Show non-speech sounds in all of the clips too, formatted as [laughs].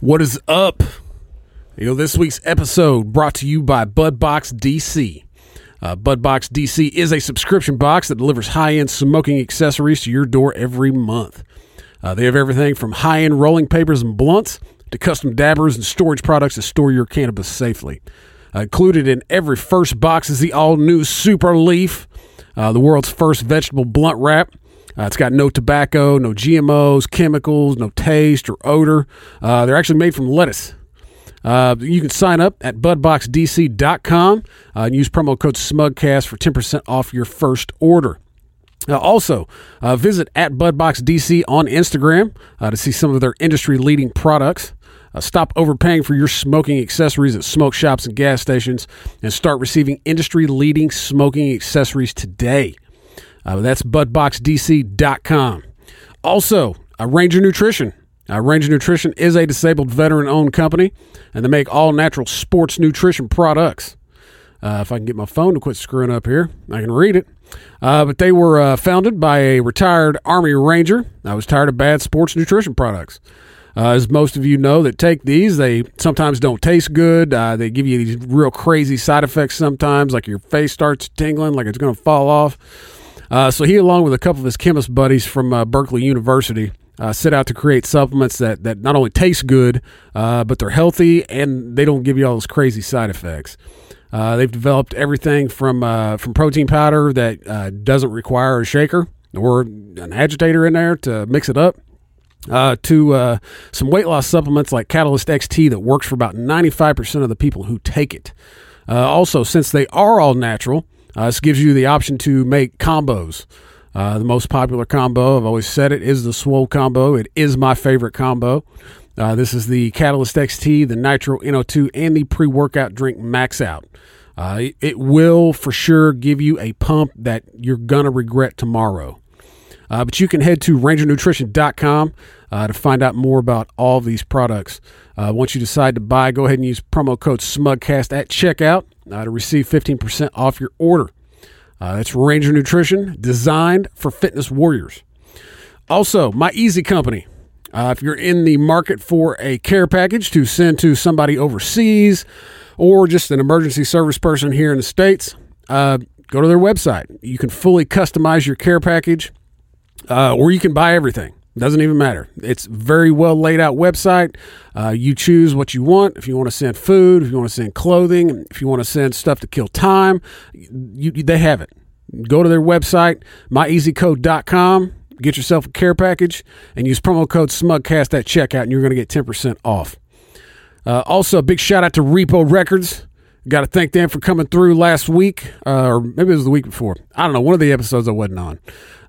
What is up? You know, this week's episode brought to you by Budbox DC. Uh, Budbox DC is a subscription box that delivers high end smoking accessories to your door every month. Uh, they have everything from high end rolling papers and blunts to custom dabbers and storage products to store your cannabis safely. Uh, included in every first box is the all new Super Leaf, uh, the world's first vegetable blunt wrap. Uh, it's got no tobacco, no GMOs, chemicals, no taste or odor. Uh, they're actually made from lettuce. Uh, you can sign up at budboxdc.com uh, and use promo code SMUGCAST for 10% off your first order. Uh, also, uh, visit at BudboxDC on Instagram uh, to see some of their industry leading products. Uh, stop overpaying for your smoking accessories at smoke shops and gas stations and start receiving industry leading smoking accessories today. Uh, that's budboxdc.com. Also, uh, Ranger Nutrition. Uh, Ranger Nutrition is a disabled veteran owned company and they make all natural sports nutrition products. Uh, if I can get my phone to quit screwing up here, I can read it. Uh, but they were uh, founded by a retired Army Ranger. I was tired of bad sports nutrition products. Uh, as most of you know that take these, they sometimes don't taste good. Uh, they give you these real crazy side effects sometimes, like your face starts tingling, like it's going to fall off. Uh, so he, along with a couple of his chemist buddies from uh, Berkeley University, uh, set out to create supplements that, that not only taste good, uh, but they're healthy and they don't give you all those crazy side effects. Uh, they've developed everything from uh, from protein powder that uh, doesn't require a shaker or an agitator in there to mix it up uh, to uh, some weight loss supplements like Catalyst XT that works for about 95% of the people who take it. Uh, also, since they are all natural, uh, this gives you the option to make combos. Uh, the most popular combo, I've always said it, is the Swole combo. It is my favorite combo. Uh, this is the Catalyst XT, the Nitro NO2, and the pre workout drink Max Out. Uh, it- it will for sure give you a pump that you're going to regret tomorrow. Uh, but you can head to rangernutrition.com uh, to find out more about all of these products. Uh, once you decide to buy, go ahead and use promo code SMUGCAST at checkout uh, to receive 15% off your order. Uh, that's Ranger Nutrition, designed for fitness warriors. Also, my Easy Company. Uh, if you're in the market for a care package to send to somebody overseas or just an emergency service person here in the States, uh, go to their website. You can fully customize your care package uh, or you can buy everything. Doesn't even matter. It's very well laid out website. Uh, you choose what you want. If you want to send food, if you want to send clothing, if you want to send stuff to kill time, you, you- they have it. Go to their website, myeasycode.com, get yourself a care package, and use promo code SMUGCAST at checkout, and you're going to get 10% off. Uh, also, a big shout out to Repo Records. Got to thank them for coming through last week, uh, or maybe it was the week before. I don't know. One of the episodes I wasn't on.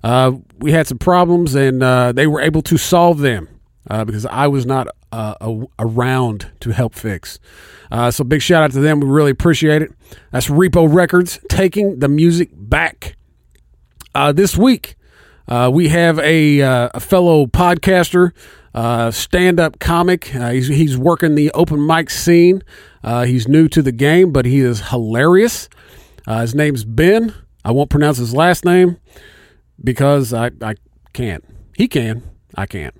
Uh, we had some problems, and uh, they were able to solve them uh, because I was not uh, a- around to help fix. Uh, so, big shout out to them. We really appreciate it. That's Repo Records taking the music back. Uh, this week, uh, we have a, uh, a fellow podcaster, uh, stand up comic. Uh, he's, he's working the open mic scene. Uh, he's new to the game, but he is hilarious. Uh, his name's Ben. I won't pronounce his last name because I, I can't. He can. I can't.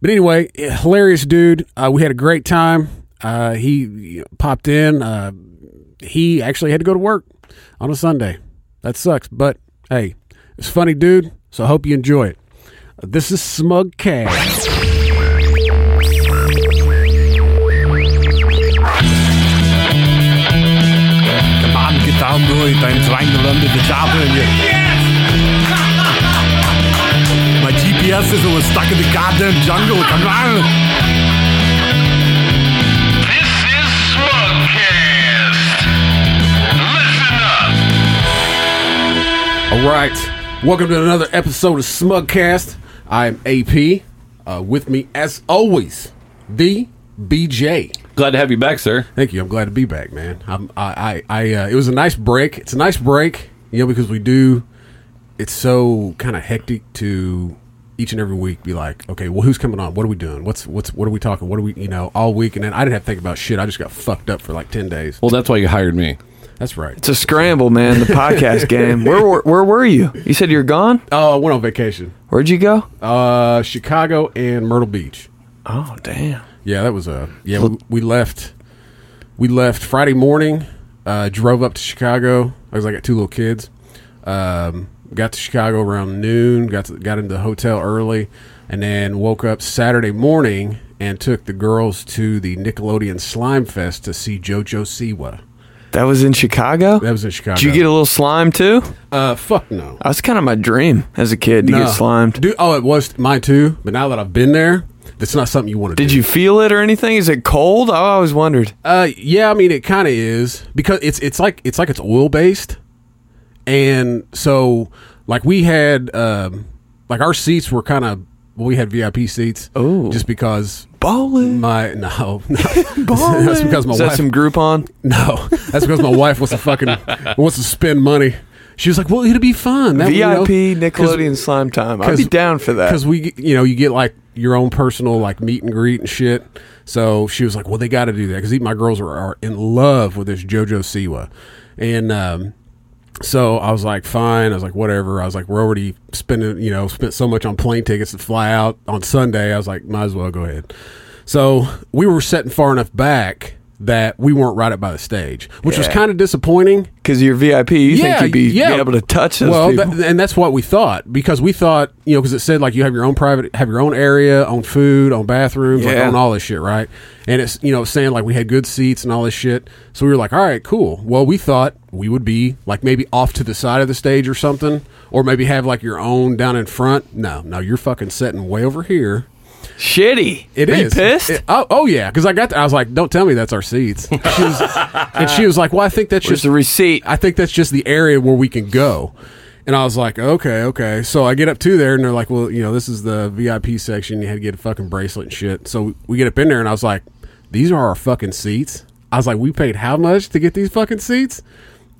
But anyway, hilarious dude. Uh, we had a great time. Uh, he you know, popped in. Uh, he actually had to go to work on a Sunday. That sucks, but hey, it's funny, dude. So I hope you enjoy it. Uh, This is Smug Cash. Come on, get down, do it. I'm trying to run to the job. Yes! My GPS system was stuck in the goddamn jungle. Come on! This is Smugcast. Listen up. All right. Welcome to another episode of Smugcast. I'm AP. Uh, with me, as always, the BJ. Glad to have you back, sir. Thank you. I'm glad to be back, man. I'm, I, I, I uh, it was a nice break. It's a nice break, you know, because we do. It's so kind of hectic to each and every week be like, okay, well, who's coming on? What are we doing? What's what's what are we talking? What are we, you know, all week? And then I didn't have to think about shit. I just got fucked up for like ten days. Well, that's why you hired me. That's right. It's a scramble, man. The podcast game. Where, were where were you? You said you're gone. Oh, I went on vacation. Where'd you go? Uh, Chicago and Myrtle Beach. Oh, damn. Yeah, that was a yeah. We, we left. We left Friday morning. Uh, drove up to Chicago. I was I got two little kids. Um, got to Chicago around noon. Got to, got into the hotel early, and then woke up Saturday morning and took the girls to the Nickelodeon Slime Fest to see JoJo Siwa. That was in Chicago. That was in Chicago. Did you get a little slime too? uh, fuck no. That was kind of my dream as a kid to No. get slimed. Dude, oh, it was mine too. But now that I've been there, that's not something you want to do. Did you feel it or anything? Is it cold? I always wondered. Uh, yeah, I mean it kind of is because it's it's like it's like it's oil based, and so like we had um like our seats were kind of well, we had VIP seats. Oh. just because Ballin'. my [laughs] no, no. [laughs] [laughs] that's because my Is that wife some Groupon? no that's because my wife wants to fucking [laughs] wants to spend money. She was like, "Well, it'll be fun." That, VIP you know, 'cause- Nickelodeon slime time. I'd because- be down for that. because we get- you know you get like your own personal like meet and greet and shit so she was like well they got to do that because my girls are, are in love with this jojo siwa and um so I was like, fine. I was like, whatever. I was like, we're already spending, you know, spent so much on plane tickets to fly out on Sunday. I was like, might as well go ahead. So we were setting far enough back that we weren't right up by the stage, which was Yeah. kind of disappointing Because you're VIP, you think you'd be, be yeah. able to touch those well, people. that- and that's what we thought because we thought you know because it said like you have your own private, have your own area, own food, own bathrooms, like Yeah. own all this shit, right? And it's you know saying like we had good seats and all this shit, so we were like, all right, cool. Well, we thought we would be like maybe off to the side of the stage or something, or maybe have like your own down in front. No, no, you're fucking sitting way over here. Shitty. It Are is you pissed? It- oh, oh yeah, because I got. There, I was like, "Don't tell me that's our seats." She was, and she was like, "Well, I think that's There's just the receipt. I think that's just the area where we can go. And I was like, okay, okay. So I get up to there and they're like, well, you know, this is the VIP section. You had to get a fucking bracelet and shit. So we get up in there and I was like, these are our fucking seats. I was like, we paid how much to get these fucking seats?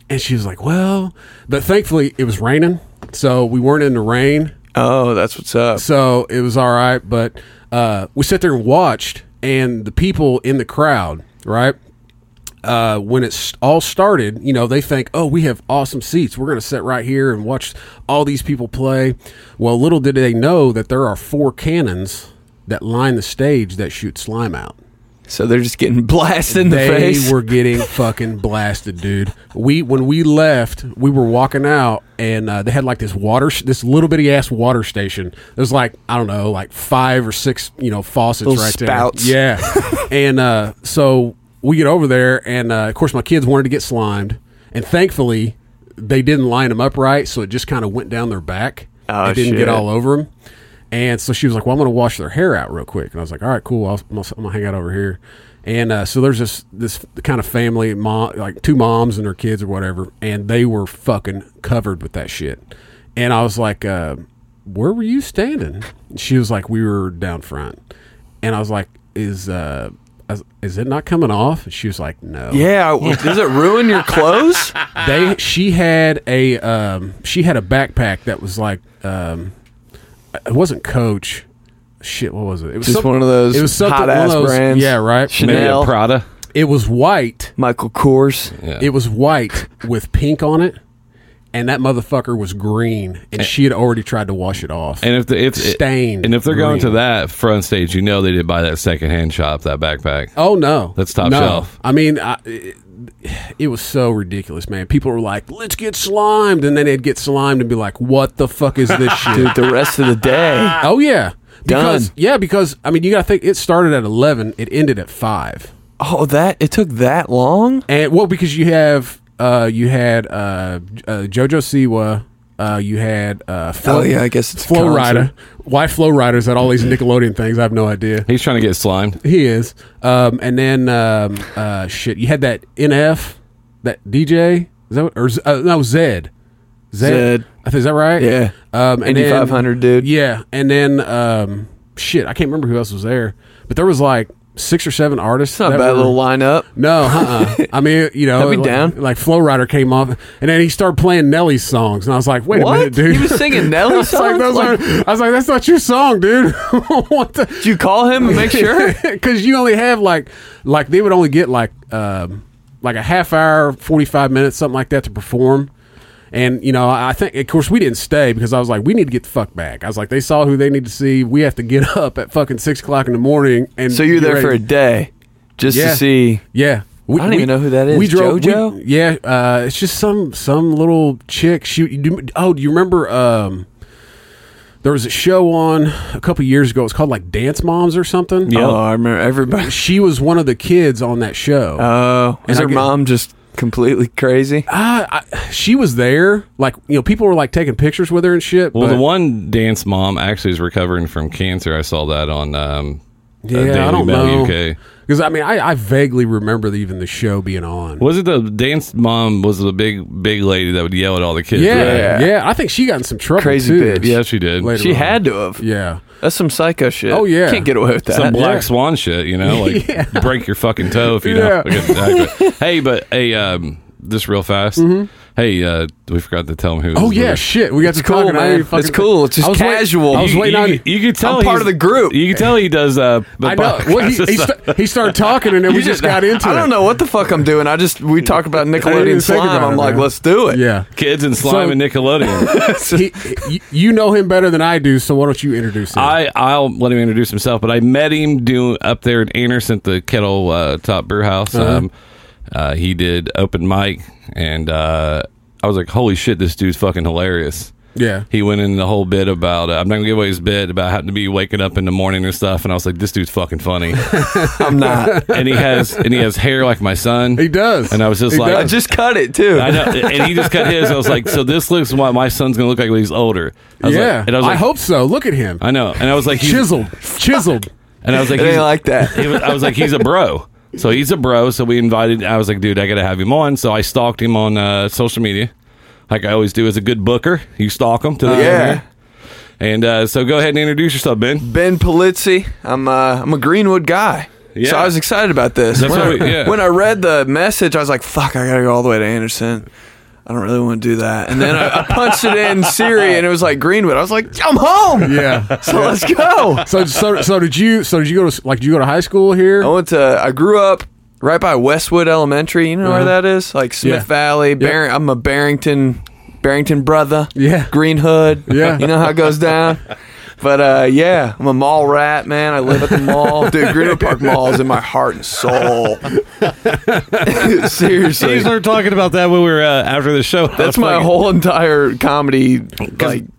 And she was like, well, but thankfully it was raining. So we weren't in the rain. Oh, that's what's up. So it was all right. But uh, we sat there and watched, and the people in the crowd, right? Uh, when it's all started, you know, they think, oh, we have awesome seats. We're going to sit right here and watch all these people play. Well, little did they know that there are four cannons that line the stage that shoot slime out. So they're just getting [laughs] blasted in the they face. were getting fucking blasted, dude. We when we left, we were walking out, and uh, they had like this water, sh- this little bitty ass water station. There's like I don't know, like five or six, you know, faucets Little right spouts. there. [laughs] Yeah, and uh, so we get over there, and uh, of course my kids wanted to get slimed, and thankfully they didn't line them up right, so it just kind of went down their back. Oh, it didn't shit. get all over them. And so she was like, "Well, I'm going to wash their hair out real quick." And I was like, "All right, cool. I'll, I'm going to hang out over here." And uh, so there's this this kind of family, mom, like two moms and their kids or whatever, and they were fucking covered with that shit. And I was like, uh, "Where were you standing?" And she was like, "We were down front." And I was like, "Is uh, is- is it not coming off?" And she was like, "No." [laughs] yeah. w- Does it ruin your clothes? they she had a um, she had a backpack that was like um, it wasn't Coach. Shit, what was it? It was Just one of those something- hot one of ass those- brands. Yeah, right. Chanel. Maybe Nail. a Prada. It was white. Michael Kors. Yeah. It was [laughs] white with pink on it, and that motherfucker was green. And she had already tried to wash it off. and if the, if Stained and if they're going to green. that front stage, you know they did buy that secondhand shop that backpack. oh no, That's top no. shelf. I mean, I, it, it was so ridiculous, man. People were like, "Let's get slimed," and then they'd get slimed and be like, "What the fuck is [laughs] this shit?" Dude, the rest of the day. Oh yeah. Because Done. yeah, because I mean you gotta think it started at eleven, it ended at five. Oh, that it took that long. And well, because you have uh you had uh, J- uh Jojo Siwa, uh you had uh Flo, Oh, yeah, I guess it's a Flow concert. Rider. Why Flow Rider's at all these Nickelodeon things, I have no idea. He's trying to get slimed. He is. Um and then um uh shit, you had that NF, that DJ, is that what, or Z- uh, no Zed. Zed. Zed. I think is that right? Yeah. Um and Indy then- 500, dude. Yeah, and then um, shit, I can't remember who else was there, but there was like six or seven artists. Not a that bad were- little lineup. No, uh-uh. I mean, you [laughs] know, I'd be like, down. Like Flow Rider came off, and then he started playing Nelly's songs, and I was like, "Wait What? a minute, dude!" He was [laughs] singing I Nelly was like, songs. "Those Like, aren't- I was like, "That's not your song, dude." [laughs] what the? did you call him and [laughs] [laughs] make sure? Because you only have like, like they would only get like, um, like a half hour, forty five minutes, something like that to perform. And you know, I think of course we didn't stay because I was like, we need to get the fuck back. I was like, they saw who they need to see. We have to get [laughs] up at fucking six o'clock in the morning. And So you're get there ready. for a day just Yeah. to see. Yeah. We, I don't even know who that is. JoJo? we- yeah, uh, it's just some some little chick. She. you do- Oh, do you remember? Um, there was a show on a couple years ago. It's called like Dance Moms or something. Oh, I remember everybody. She was one of the kids on that show. [laughs] Uh, Oh, And is I her get- mom just completely crazy? I, I, she was there. Like you know, people were like taking pictures with her and shit. Well, but, the one dance mom actually is recovering from cancer. I saw that on um, uh, Daily yeah, I don't Mail know. UK. Because I mean, I, I vaguely remember the, even the show being on. Was it the dance mom? Was the big big lady that would yell at all the kids? right? Yeah, yeah, I think she got in some trouble. Crazy too. bitch. yeah, she did. Later She on. had to have. Yeah. That's some psycho shit. Oh, yeah. can't get away with that. Some black swan shit, you [laughs] know, like break your fucking toe if you Yeah. [laughs] don't. Exactly. hey, but hey, um, just real fast. Hey, uh, we forgot to tell him who. Mm-hmm. Oh this yeah, was. shit. We got to cool, talk man. It's cool. It's just casual. I was you, waiting you, on You could tell I'm part he's- of the group. You could tell he does. Uh, the I know. [laughs] Well, he, he, sta- he started talking, and then we just got into I it. don't know what the fuck I'm doing. I just we talked about [laughs] I Nickelodeon didn't think slime. about I'm it, like, man. let's do it. [laughs] Yeah. kids and slime So- [laughs] and Nickelodeon. He, you- you know him better than I do, so why don't you introduce him? I I'll let him introduce himself, but I met him doing up there at Anderson at the Kettle uh, Top Brew House. Uh-huh. Um, uh, he did open mic, and uh, I was like, "Holy shit, this dude's fucking hilarious." yeah. He went in the whole bit about uh, I'm not gonna give away his bit about having to be waking up in the morning and stuff, and I was like, "This dude's fucking funny," I'm [laughs] not. and he has and he has hair like my son. He does. And I was just He like, I just cut it too. I know. And he just cut his. I was like, so this looks what my son's gonna look like when he's older. I was yeah. Like, and I was like, hope so. Look at him. I know. And I was like, he's- [laughs] chiseled. Chiseled. And I was like, It ain't he's- like that. he was- I was like, he's a bro. So he's a bro. So we invited. I was like, dude, I gotta have him on. So I stalked him on uh, social media, like I always do as a good booker. You stalk him to the Yeah. And uh, so go ahead and introduce yourself, Ben. Ben Polizzi. I'm uh, I'm a Greenwood guy. Yeah. So I was excited about this. That's when, what I, we- yeah. when I read the message, I was like, "Fuck! I gotta go all the way to Anderson. I don't really want to do that." And then I, I punched it in Siri, and it was like Greenwood. I was like, "I'm home. Yeah. So let's go." So so so did you? So did you go to like? Did you go to high school here? I went to. I grew up right by Westwood Elementary. You know where that is? Like Smith Uh-huh. Yeah. Valley. Bar- I'm a Barrington, Barrington brother. Yeah. Green Hood. Yeah. You know how it goes down. But uh, yeah, I'm a mall rat, man. I live at the [laughs] mall, dude. Greenwood Park Mall is in my heart and soul. [laughs] Seriously, We were talking about that when we were uh, after the show. [laughs] that's my whole entire comedy like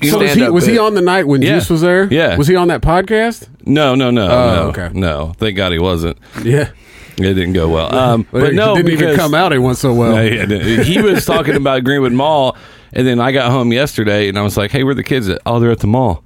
so was he stand-up was he bit. on the night when Yeah. Juice was there? Yeah. Was he on that podcast? No, no, no, Oh, no, okay. no. Thank God he wasn't. Yeah. It didn't go well. Um, but, it no, didn't even because- come out. It went so well. No, he, didn't. He was talking about Greenwood Mall, and then I got home yesterday, and I was like, "Hey, where the kids at? Oh, they're at the mall.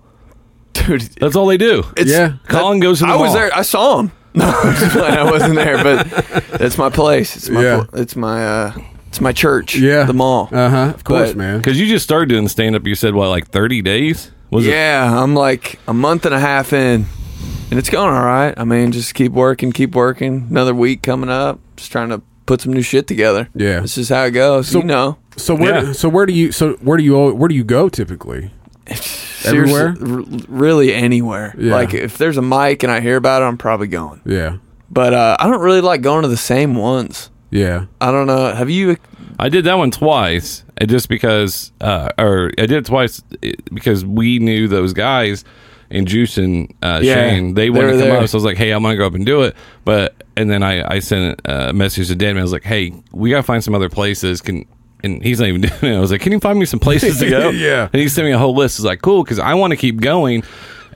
dude? That's all they do. It's, Yeah. Colin goes to the I was mall. there. I saw him. [laughs] No, I'm just playing. I wasn't there, but that's my place. It's my. Yeah. pl- It's my. Uh, it's my church. Yeah. The mall. Uh huh. Of course, But- man. because you just started doing stand up. You said what, like thirty days? Was it? yeah. I'm like a month and a half in, and it's going all right. I mean, just keep working, keep working. Another week coming up. Just trying to put some new shit together. Yeah. This is how it goes. you know. So where Yeah. so where do you so where do you al- where do you go typically? Seriously, Everywhere? r- really anywhere. Yeah. Like if there's a mic and I hear about it, I'm probably going. Yeah. But uh, I don't really like going to the same ones. Yeah. I don't know. Have you I did that one twice, and just because, uh, or I did it twice eh, because we knew those guys and Juice and uh, Yeah, Shane. They they wanted were to come there. up, so I was like, "Hey, I'm gonna go up and do it." But and then I I sent a message to Dan, and I was like, "Hey, we gotta find some other places." Can and he's not even [laughs] doing it. I was like, "Can you find me some places to [laughs] go?" Yeah. and he sent me a whole list. I was like, "Cool," because I want to keep going.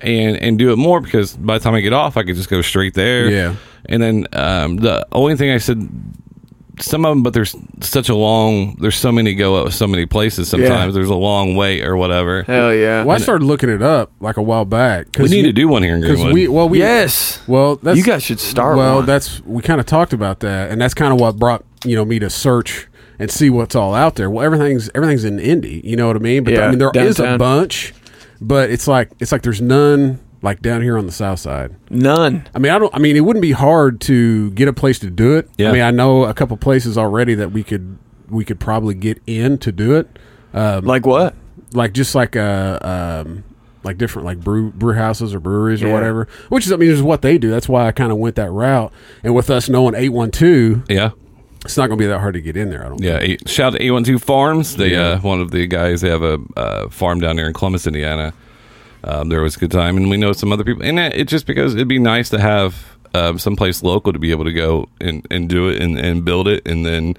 And, and do it more because by the time I get off, I could just go straight there. Yeah. And then um, the only thing I said some of them, but there's such a long. There's so many go up, so many places. Sometimes there's a long wait or whatever. Hell yeah. Well, I started looking it up like a while back. We need to do one here in because Greenwood. we well we Yes. well that's, You guys should start Well, one. that's we kind of talked about that, and that's kind of what brought you know me to search and see what's all out there. Well, everything's everything's in Indy, you know what I mean? But Yeah, I mean there is a downtown. bunch, but it's like it's like there's none like down here on the south side. None. I mean, I don't. I mean, it wouldn't be hard to get a place to do it. Yeah. I mean, I know a couple places already that we could we could probably get in to do it. Um, Like what? Like just like uh um, like different like brew brew houses or breweries or Yeah. whatever. Which is I mean, is what they do. That's why I kind of went that route. And with us knowing eight one two, yeah, It's not going to be that hard to get in there. I don't. Yeah, eight, shout out to A12 Farms. They uh, one of the guys they have a uh, farm down there in Columbus, Indiana. Um, there was a good time, and we know some other people. And it, it just because it'd be nice to have um, someplace local to be able to go and, and do it and, and build it, and then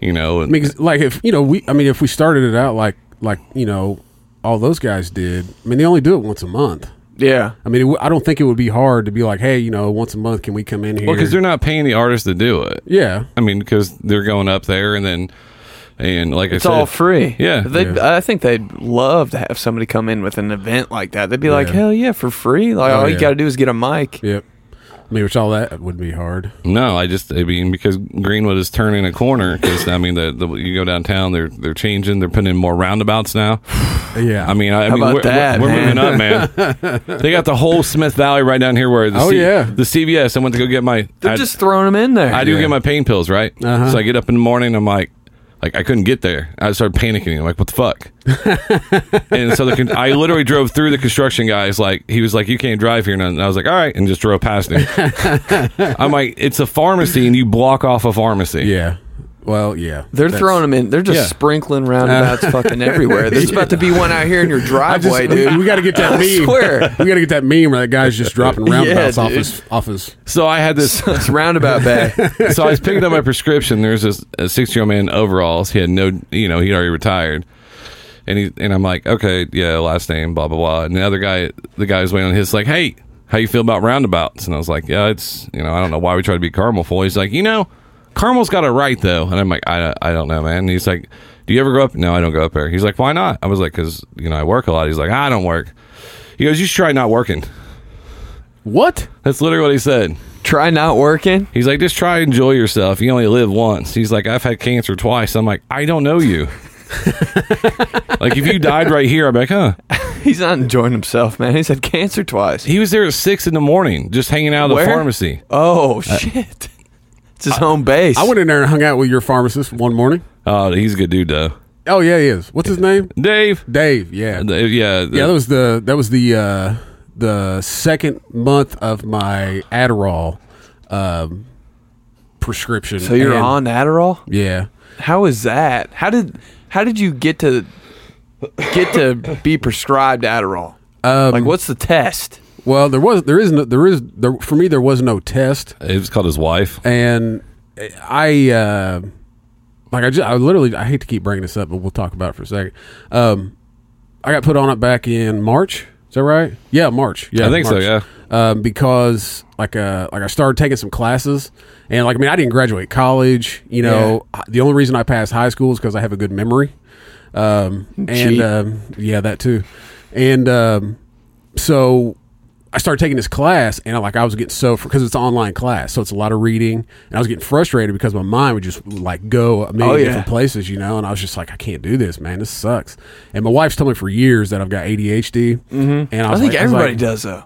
you know, I mean, 'cause, like if you know, we. I mean, if we started it out like like you know, all those guys did. I mean, they only do it once a month. Yeah. I mean, it, w- I don't think it would be hard to be like, hey, you know, once a month, can we come in here? well, because they're not paying the artists to do it. yeah, I mean, because they're going up there and then and like It's I said, all free. Yeah. They I think they'd love to have somebody come in with an event like that. They'd be like, Yeah. Oh, "Hell yeah, for free." Like all yeah. you got to do is get a mic. yep. I mean, which all that would be hard. No, I just I mean because Greenwood is turning a corner because I mean the, the you go downtown they're they're changing they're putting in more roundabouts now. Yeah, I mean I, I mean about we're, that, we're, we're man? moving up, man. [laughs] they got the whole Smith Valley right down here where the Oh, yeah. the CVS. I went to go get my They're I, just throwing them in there. I do get my pain pills right, so I get up in the morning I'm like. Like I couldn't get there. I started panicking. I'm like, "What the fuck?" and so the con- I literally drove through the construction guys. Like he was like, "You can't drive here." And I was like, "All right," and just drove past him. I'm like, "It's a pharmacy, and you block off a pharmacy." yeah. Well, yeah. They're That's- Uh, throwing them in. They're just Yeah. [laughs] sprinkling roundabouts fucking everywhere. There's about to be one out here in your I just, driveway, dude. we got to get that meme. swear. We got to get that meme where that guy's just [laughs] dropping roundabouts off dude. his off his. So I had this. [laughs] [laughs] it's roundabout [laughs] bag. so I was picking up my prescription. There's this a six year old man in overalls. He had no, you know, he'd already retired. And he and I'm like, okay, yeah, last name, blah blah blah. And the other guy, the guy was waiting on his, like, hey, how you feel about roundabouts? And I was like, yeah, it's, you know, I don't know why we try to be Carmel for. He's like, you know, Carmel's got it right though. And I'm like, I, I don't know, man. And he's like, do you ever go up? No, I don't go up there. He's like, why not? I was like, because you know, I work a lot. He's like, I don't work. He goes, you should try not working. What? That's literally what he said. Try not working. He's like, just try and enjoy yourself. You only live once. He's like, I've had cancer twice. I'm like, I don't know [laughs] you. like, if you died right here, I'm like, huh? He's not enjoying himself, man. He's had cancer twice. He was there at six in the morning, just hanging out of the Where? pharmacy. oh shit! [laughs] It's his home base. Uh, I went in there and hung out with your pharmacist one morning. Oh, he's a good dude, though. Oh yeah, he is. What's his name? Dave. Dave. Yeah. Uh, Yeah. Yeah, that was the that was the uh, the second month of my Adderall um, prescription. so you're And- on Adderall. Yeah, How is that? How did how did you get to get to be prescribed Adderall? Um, like, what's the test? well, there was there is no there is there for me there was no test, uh, It was called his wife. and I uh, like I just I literally I hate to keep bringing this up, but we'll talk about it for a second. Um, I got put on it back in March. Is that right? Yeah, March. Yeah, I think so, March. yeah. Um, because like uh, like I started taking some classes, and like I mean I didn't graduate college. You know, I- the only reason I passed high school is because I have a good memory. Um, and Cheat. um, yeah, that too. And um, so I started taking this class, and I, like I was getting so because it's an online class, so it's a lot of reading, and I was getting frustrated because my mind would just like go a million Oh, yeah. different places, you know. And I was just like, I can't do this, man. This sucks. And my wife's told me for years that I've got ADHD, mm-hmm. and I, I was think like- I was everybody like, does though.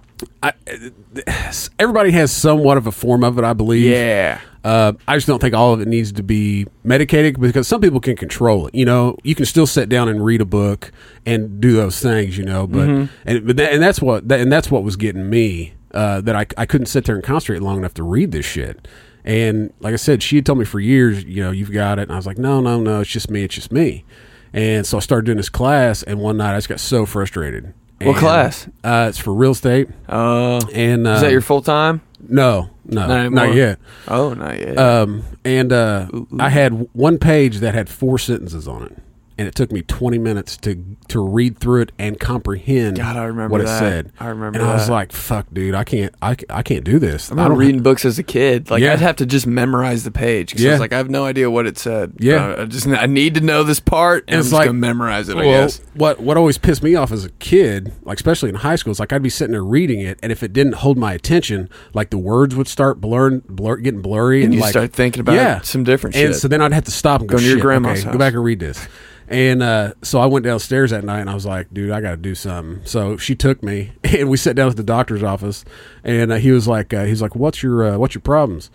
Everybody has somewhat of a form of it, I believe. Yeah. Uh, I just don't think all of it needs to be medicated because some people can control it. You know, you can still sit down and read a book and do those things. You know, but Mm-hmm. and but that, and that's what that, and that's what was getting me uh, that I I couldn't sit there and concentrate long enough to read this shit. And like I said, she had told me for years, you know, you've got it. And I was like, no, no, no, it's just me, it's just me. And so I started doing this class, and one night I just got so frustrated. What And, class? Uh, it's for real estate. Oh, And uh, is that your full time? no, no, Not not, anymore? yet. Oh, not yet. Um, and uh, I had one page that had four sentences on it, and it took me twenty minutes to to read through it and comprehend God, I remember what it that. said. I remember and I was that. like, "Fuck, dude, I can't, I, ca- I can't do this." I remember don't- reading books as a kid. Like Yeah. I'd have to just memorize the page because I Yeah. was like, I have no idea what it said. Yeah. Uh, I just I need to know this part, and It's I'm just like- gonna memorize it. I Well, guess. what what always pissed me off as a kid, like especially in high school, is like I'd be sitting there reading it, and if it didn't hold my attention, like the words would start blurring, blur, getting blurry, and, you like, start thinking about yeah. some different And shit. so then I'd have to stop and go, Go to your "Shit, grandma's okay, house." Go back and read this. And uh, so I went downstairs that night, and I was like, "Dude, I got to do something." So she took me, [laughs] and we sat down at the doctor's office, and uh, he was like, uh, "He's like, what's your uh, what's your problems?"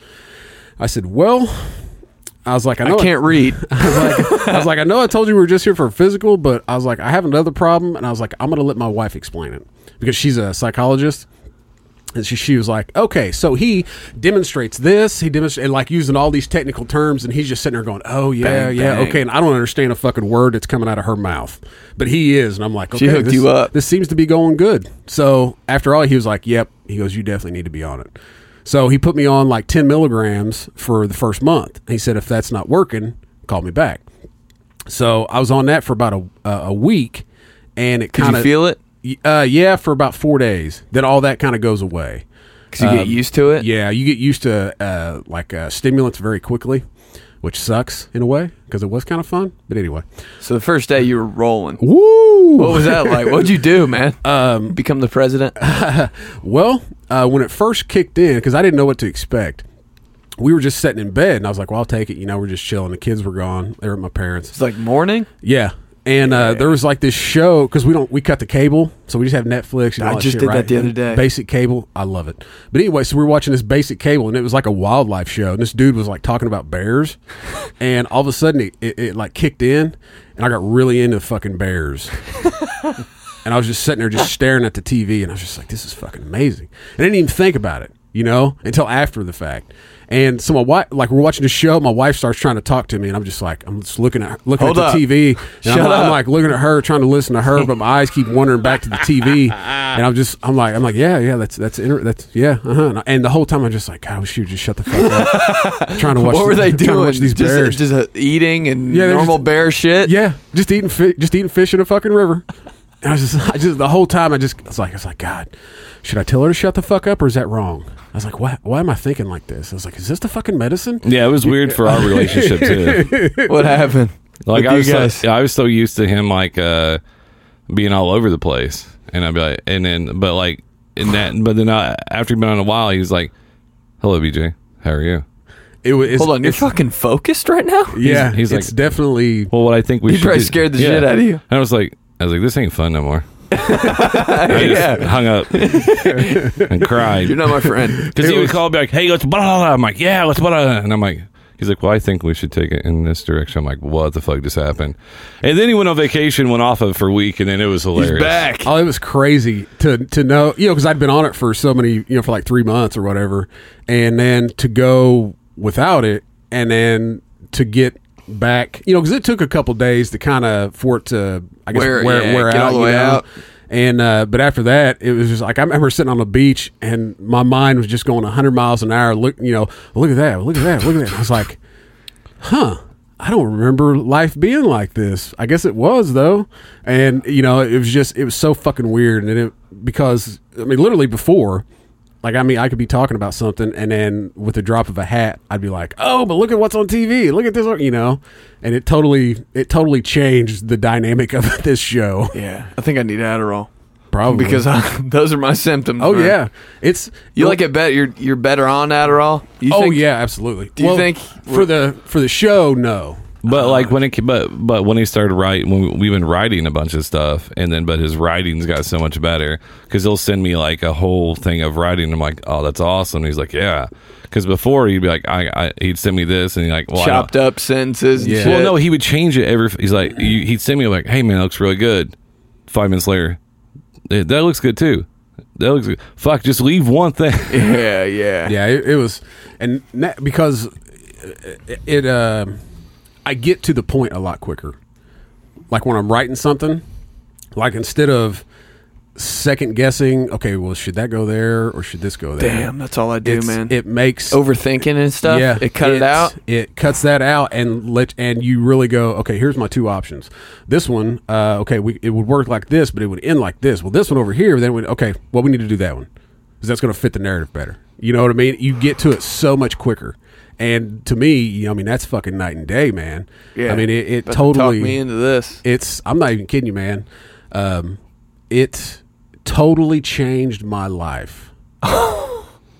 I said, "Well." I was like, I, I know it- can't read. oh, [laughs] I was like, I was like, I know I told you we were just here for a physical, but I was like, I have another problem, and I was like, I'm gonna let my wife explain it because she's a psychologist, And she, she was like, okay, so he demonstrates this. He demonstrates, like using all these technical terms, and he's just sitting there going, oh, yeah, Bang, yeah, bang. okay. And I don't understand a fucking word that's coming out of her mouth, but he is. And I'm like, okay, hooked this, you up. this seems to be going good. So after all, he was like, yep. He goes, you definitely need to be on it. So he put me on like 10 milligrams for the first month. He said, if that's not working, call me back. So I was on that for about a, uh, a week, and it Did kind you of feel it? uh, yeah, for about four days. Then all that kind of goes away. Because you get used to it. um, Yeah, you get used to uh, like uh, stimulants very quickly, which sucks in a way because it was kind of fun. But anyway, So the first day you were rolling. woo! What was that like? What'd you [laughs] do, man? Um, Become the president? Well, uh, when it first kicked in, because I didn't know what to expect, we were just sitting in bed, and I was like, "Well, I'll take it." You know, we're just chilling. The kids were gone; they were at my parents. It's like morning. Yeah. And uh, there was like this show because we don't we cut the cable, so we just have Netflix. And I all that just shit, did that right? the other day. Basic cable, I love it. But anyway, so we were watching this basic cable, and it was like a wildlife show. And this dude was like talking about bears, [laughs] and all of a sudden it, it, it like kicked in, and I got really into fucking [laughs] bears. and I was just sitting there just staring at the TV, and I was just like, "This is fucking amazing." And I didn't even think about it, you know, until after the fact. And so my wife, like, we're watching the show. My wife starts trying to talk to me, and I'm just like, I'm just looking at her, looking Hold at the up. TV. And I'm, Shut I'm up. like looking at her, trying to listen to her, but my eyes keep wandering back to the [laughs] TV. And I'm just, I'm like, I'm like, yeah, yeah, that's that's inter- that's yeah. Uh-huh. And, I- and the whole time I'm just like, God, I wish you would just shut the fuck [laughs] up. trying to watch. What were the- [laughs] they trying to doing? watch these just, bears. just uh, eating and Yeah, they're normal just- bear shit. Yeah, just eating fi- just eating fish in a fucking river. And I was just, I just the whole time I just I was like I was like God, should I tell her to shut the fuck up or is that wrong? I was like, why why am I thinking like this? I was like, is this the fucking medicine? Yeah, it was weird for our relationship too. What happened? [laughs] Like With I you was, guys. So, I was so used to him like uh, being all over the place, and I'd be like, and then, but like, and that, but then I, after he'd been on a while, he was like, "Hello, BJ, how are you?" It was it's, Hold on, you're it's, fucking focused right now. [laughs] yeah. he's- he's it's like- definitely Well, what I think we He should probably do- scared the shit out of you. And I was like, I was like, this ain't fun no [laughs] more. I just hung up and cried. You're not [laughs] my friend. Because It he would was- call me like, "Hey, let's blah blah." blah." I'm like, "Yeah, let's blah." blah," And I'm like, he's like, "Well, I think we should take it in this direction." I'm like, "What the fuck just happened?" And then he went on vacation, went off of it for a week, and then it was hilarious. He's [laughs] back. Oh, it was crazy to to know, you know, because I'd been on it for so many, you know, for like three months or whatever, and then to go without it, and then to get back, you know, because it took a couple days to kind of for it to, I guess, Wear- wear, wear, yeah, get out, all the you way know? out. And uh, but after that, it was just like I remember sitting on the beach, and my mind was just going 100 miles an hour. Look, you know, look at that, look at that, look at that. I was like, huh i don't remember life being like this i guess it was though and you know it was just it was so fucking weird and it because i mean literally before like i mean i could be talking about something and then with the drop of a hat i'd be like oh but look at what's on tv look at this you know and it totally it totally changed the dynamic [laughs] of this show Yeah, I think I need Adderall probably because I, [laughs] those are my symptoms. oh man. yeah it's you like it better. You're you're better on Adderall. You oh think- yeah absolutely Do you think- for the for the show no But Oh, like when it, ca- but but when he started writing, when we, we've been writing a bunch of stuff, and then but his writings got so much better because he'll send me like a whole thing of writing. I'm like, oh, that's awesome. He's like, yeah, because before he'd be like, I, I he'd send me this, and he's like, well, I don't- Chopped up sentences. And Yeah. shit. Well, no, he would change it every. He's like, you, he'd send me like, "Hey man, that looks really good." Five minutes later, "Eh, that looks good too. That looks good. fuck. Just leave one thing. [laughs] Yeah, yeah, yeah it, it was and na- because it, it uh, i get to the point a lot quicker like when i'm writing something like instead of second guessing okay well should that go there or should this go there Damn, that's all I do, It's- man. it makes Overthinking and stuff. yeah, it cut it out. It cuts that out and let and you really go. Okay, here's my two options. This one, uh, okay, we it would work like this, but it would end like this. Well, this one over here, then we okay. Well, we need to do that one because that's going to fit the narrative better. You know what I mean? You get to it so much quicker. And to me, you know, I mean, that's fucking night and day, man. Yeah, I mean, it, it But totally talked me into this. it's i'm not even kidding you man um, it totally changed my [laughs] life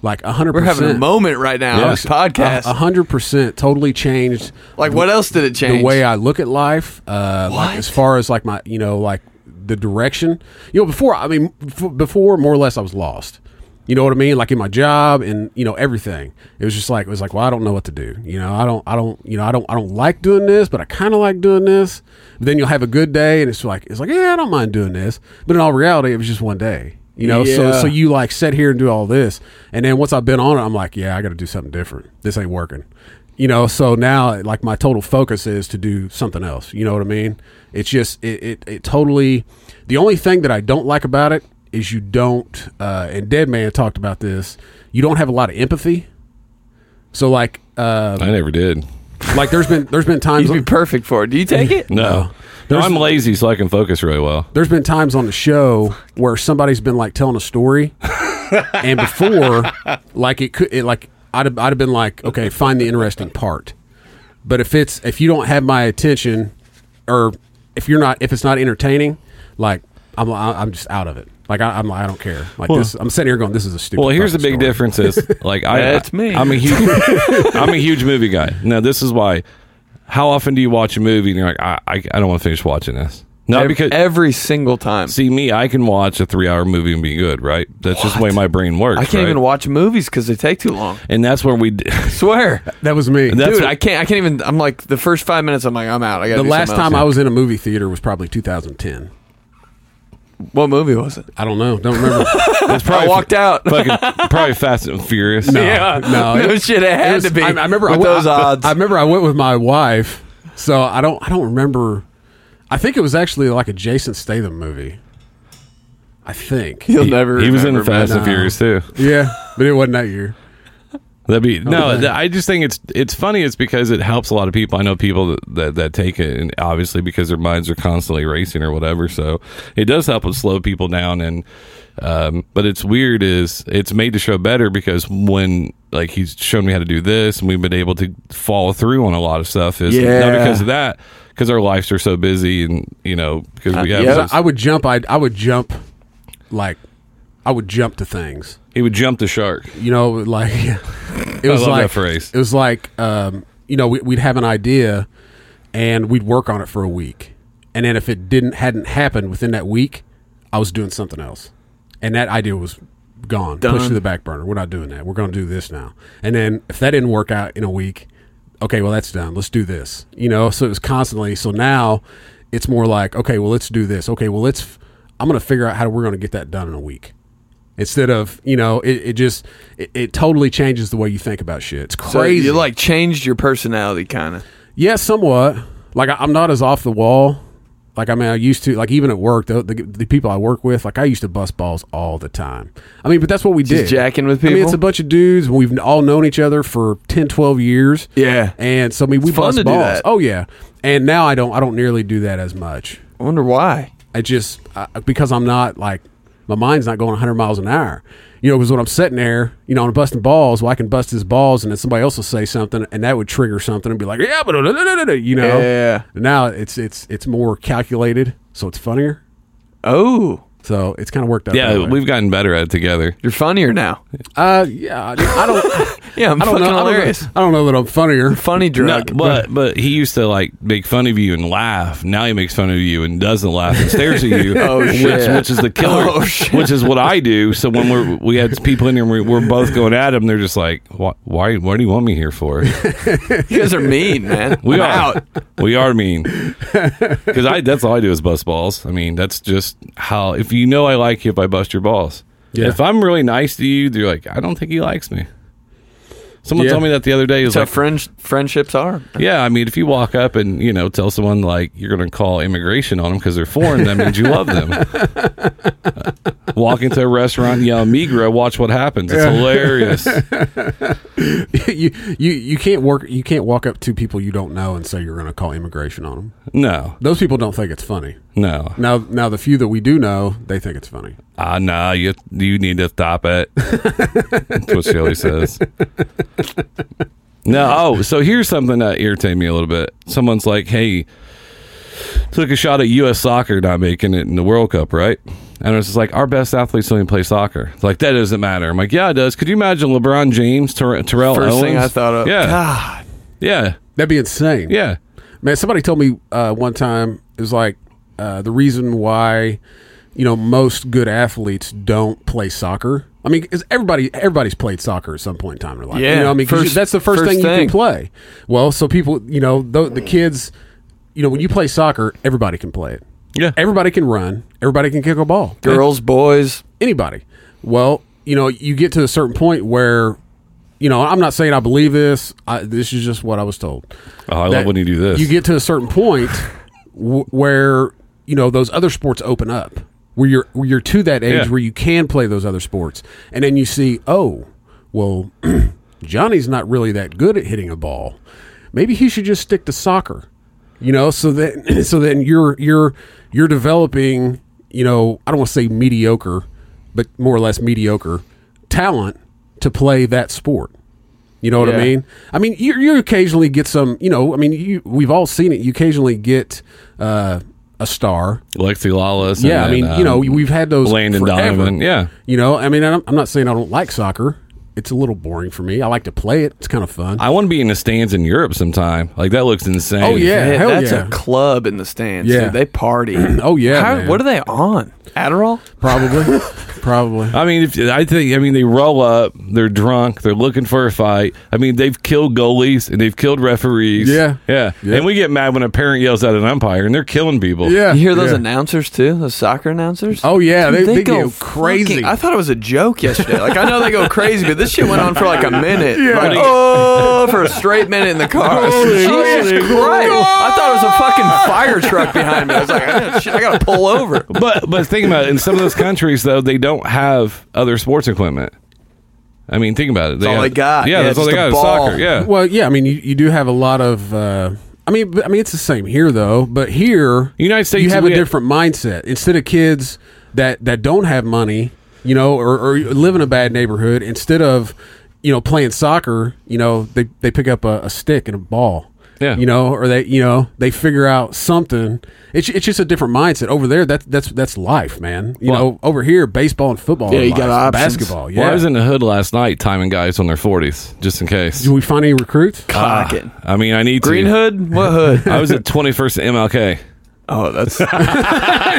like 100% We're having a moment right now on this Uh, podcast. 100% totally changed like, what else did it change? uh-huh. the way I look at life, uh, like What? as far as like my, you know, like the direction. You know, before I mean, f- before more or less, I was lost. You know what I mean? Like in my job and you know everything. It was just like it was like, well, I don't know what to do. You know, I don't, I don't, you know, I don't, I don't like doing this, but I kind of like doing this. But then you'll have a good day, and it's like it's like, yeah, I don't mind doing this. But in all reality, it was just one day. You know, so Yeah. so you like sit here and do all this, and then once I've been on it, I'm like, yeah, I got to do something different. This ain't working. You know, so now like my total focus is to do something else. You know what I mean? It's just it it, it totally. The only thing that I don't like about it is you don't. Uh, and Dead Man talked about this. You don't have a lot of empathy. So like uh, [laughs] I never did. like there's been [laughs] there's been times You'd be perfect for it. Do you [laughs] take it? No. No, There's- I'm lazy, so I can focus really well. there's been times on the show where somebody's been like telling a story, and before, like it could, it like I'd have, I'd have been like, okay, find the interesting part. But if it's if you don't have my attention, or if you're not if it's not entertaining, like I'm I'm just out of it. Like I, I'm I don't care. Like this, I'm sitting here going, this is a stupid. Well, here's the fucking big story. difference is like I, That's me. I'm a huge, I'm a huge movie guy. Now this is why. How often do you watch a movie and you're like, I, I, I don't want to finish watching this? Not Every, because every single time. see me, I can watch a three hour movie and be good, right? That's just the way my brain works. I can't right? even watch movies because they take too long. And that's where we. d- [laughs] Swear, That was me. That's dude. what- I can't. I can't even. I'm like the first five minutes. I'm like, I'm out. I got the last time I was in a movie theater was probably 2010. What movie was it? I don't know. Don't [laughs] remember. It's I probably walked out. fucking [laughs] probably Fast and Furious. yeah, no, no, it- shit. It Oh, It had was- to be. I, I remember I with went- those I- odds. I remember I went with my wife, so I don't. I don't remember. I think it was actually like a Jason Statham movie. I think. You'll He, never. he was in remember, man. Fast and No. Furious too. yeah, but it wasn't that year. That'd be no. Okay. th- I just think it's it's funny. It's because it helps a lot of people. I know people that, that that take it, and obviously because their minds are constantly racing or whatever. So it does help to slow people down. And um, but it's weird is it's made the show better because when like he's shown me how to do this, and we've been able to follow through on a lot of stuff. Is not Yeah. because of that, because our lives are so busy, and you know because we have. yeah. those- I would jump. I I would jump, like, I would jump to things. he would jump the shark. you know like [laughs] it was love that like phrase. it was like um, you know we, we'd have an idea and we'd work on it for a week and then if it didn't hadn't happened within that week i was doing something else and that idea was gone pushed to the back burner we're not doing that we're going to do this now and then if that didn't work out in a week okay well that's done let's do this you know so it was constantly so now it's more like okay well let's do this okay well let's i'm going to figure out how we're going to get that done in a week instead of you know it, it just it, it totally changes the way you think about shit it's So crazy you like changed your personality, kind of. yeah somewhat like I, i'm not as off the wall like i mean i used to like even at work the, the, the people i work with like i used to bust balls all the time i mean but that's what we did jacking with i mean it's people? a bunch of dudes and we've all known each other for 10 12 years Yeah. and so i mean we fun bust to do balls that. oh yeah and now i don't i don't nearly do that as much I wonder why. I just I, because I'm not like my mind's not going 100 miles an hour. You know, because when I'm sitting there, you know, I'm busting balls. Well, I can bust his balls, and then somebody else will say something, and that would trigger something, and be like, yeah, but uh, da, da, da, da," you know. Yeah. Now it's it's it's more calculated, so it's funnier. Oh, So it's kind of worked out. Yeah, that way. we've gotten better at it together. you're funnier now. Uh, yeah, I [laughs] I don't. Yeah, I'm I don't fucking know. I don't, hilarious. know- I don't know that I'm funnier. Funny No, drug. but but he used to like make fun of you and laugh. Now he makes fun of you and doesn't laugh and stares at you. [laughs] Oh, which, shit. which is [laughs] the killer. Oh, shit. Which is what I do. So when we're we had people in here, and we- we're both going at him. They're just like, why why, why do you want me here [laughs] for? you guys are mean, man. We I'm are out. we are [laughs] mean because I that's all I do is bust balls. I mean that's just how if you know I like you if I bust your balls. Yeah. If I'm really nice to you, they're like, I don't think he likes me. Someone Yeah. told me that the other day. He was That's how like, friends friendships are. Yeah, I mean, if you walk up and you know tell someone like you're going to call immigration on them because they're foreign, that means you love them. walk into a restaurant, yell "Migra," watch what happens. It's hilarious. [laughs] you you you can't work. You can't walk up to people you don't know and say you're going to call immigration on them. No, Those people don't think it's funny. no, Now, now the few that we do know, they think it's funny. ah, nah. You you need to stop it. That's what she always says. No, oh, so here's something that irritated me a little bit. Someone's like, "Hey, took a shot at U.S. soccer not making it in the World Cup, right?" And it's just like our best athletes don't even play soccer. It's like that doesn't matter. I'm like, yeah, it does. Could you imagine LeBron James, Ter- Terrell First Owens? thing I thought of. Yeah, God. yeah, That'd be insane. yeah. Man, somebody told me uh, one time it was like uh, the reason why you know most good athletes don't play soccer. I mean, 'cause everybody everybody's played soccer at some point in time in their life. Yeah, you know, what I mean, 'Cause you- first- that's the first, first thing, you can thing. play. Well, so people, you know, the, the kids, you know, when you play soccer, everybody can play it. Yeah. Everybody can run. Everybody can kick a ball. Girls, boys. Anybody. Well, you know, you get to a certain point where, you know, I'm not saying I believe this. I, this is just what I was told. Oh, I that love when you do this. You get to a certain point w- where you know those other sports open up, where you're where you're to that age Yeah. where you can play those other sports, and then you see, oh, well, [clears throat] Johnny's not really that good at hitting a ball. Maybe he should just stick to soccer. You know, so that [clears throat] so then you're you're you're developing. You know, I don't want to say mediocre, but more or less mediocre talent to play that sport. You know what I Yeah. mean? I mean, you, you occasionally get some, you know, I mean, you, we've all seen it. You occasionally get uh, a star. Lexi Lawless. yeah, I and mean, then, you know, um, we've had those Landon forever. Donovan. Yeah. You know, I mean, I'm, I'm not saying I don't like soccer. It's a little boring for me. I like to play it. It's kind of fun. I want to be in the stands in Europe sometime. Like that looks insane. oh, yeah. Man, hell that's yeah. a club in the stands. Yeah. dude. they party. [clears throat] oh, yeah. How, man. what are they on? Adderall? Probably. [laughs] Probably. I mean, if, I think I mean they roll up. They're drunk. They're looking for a fight. I mean, they've killed goalies and they've killed referees. Yeah. yeah. Yeah. And we get mad when a parent yells at an umpire and they're killing people. Yeah. You hear those yeah. announcers too? Those soccer announcers? Oh, yeah, Dude, they- they go fucking- crazy. I thought it was a joke yesterday. Like I know they go crazy, but this shit went on for [laughs] like a minute. Like, What [laughs] oh, for a straight minute in the car. Jesus Christ! I thought it was a fucking fire truck behind me. I was like, I gotta, shit, I gotta pull over. But but think about it. In some of those countries, though, they don't have other sports equipment. I mean, think about it. That's all they got. Yeah, Yeah, that's all just they got. a is Soccer. ball. Yeah. Well, yeah, I mean, you, you do have a lot of. Uh, I mean, but- I mean, it's the same here though. But here, United States, you have a we- different mindset. Instead of kids that that don't have money, you know, or, or live in a bad neighborhood, instead of you know playing soccer, you know, they they pick up a, a stick and a ball. Yeah. You know, or they, you know, they figure out something. It's it's just a different mindset over there. That's that's that's life, man. You Well- know, over here, baseball and football. Yeah, are you got life. options. basketball. Yeah. Well, I was in the hood last night, timing guys on their forties, just in case. do we find any recruits? Cocking. I mean, I need Green to. hood? What [laughs] hood? I was at twenty first MLK. Oh, [laughs] that's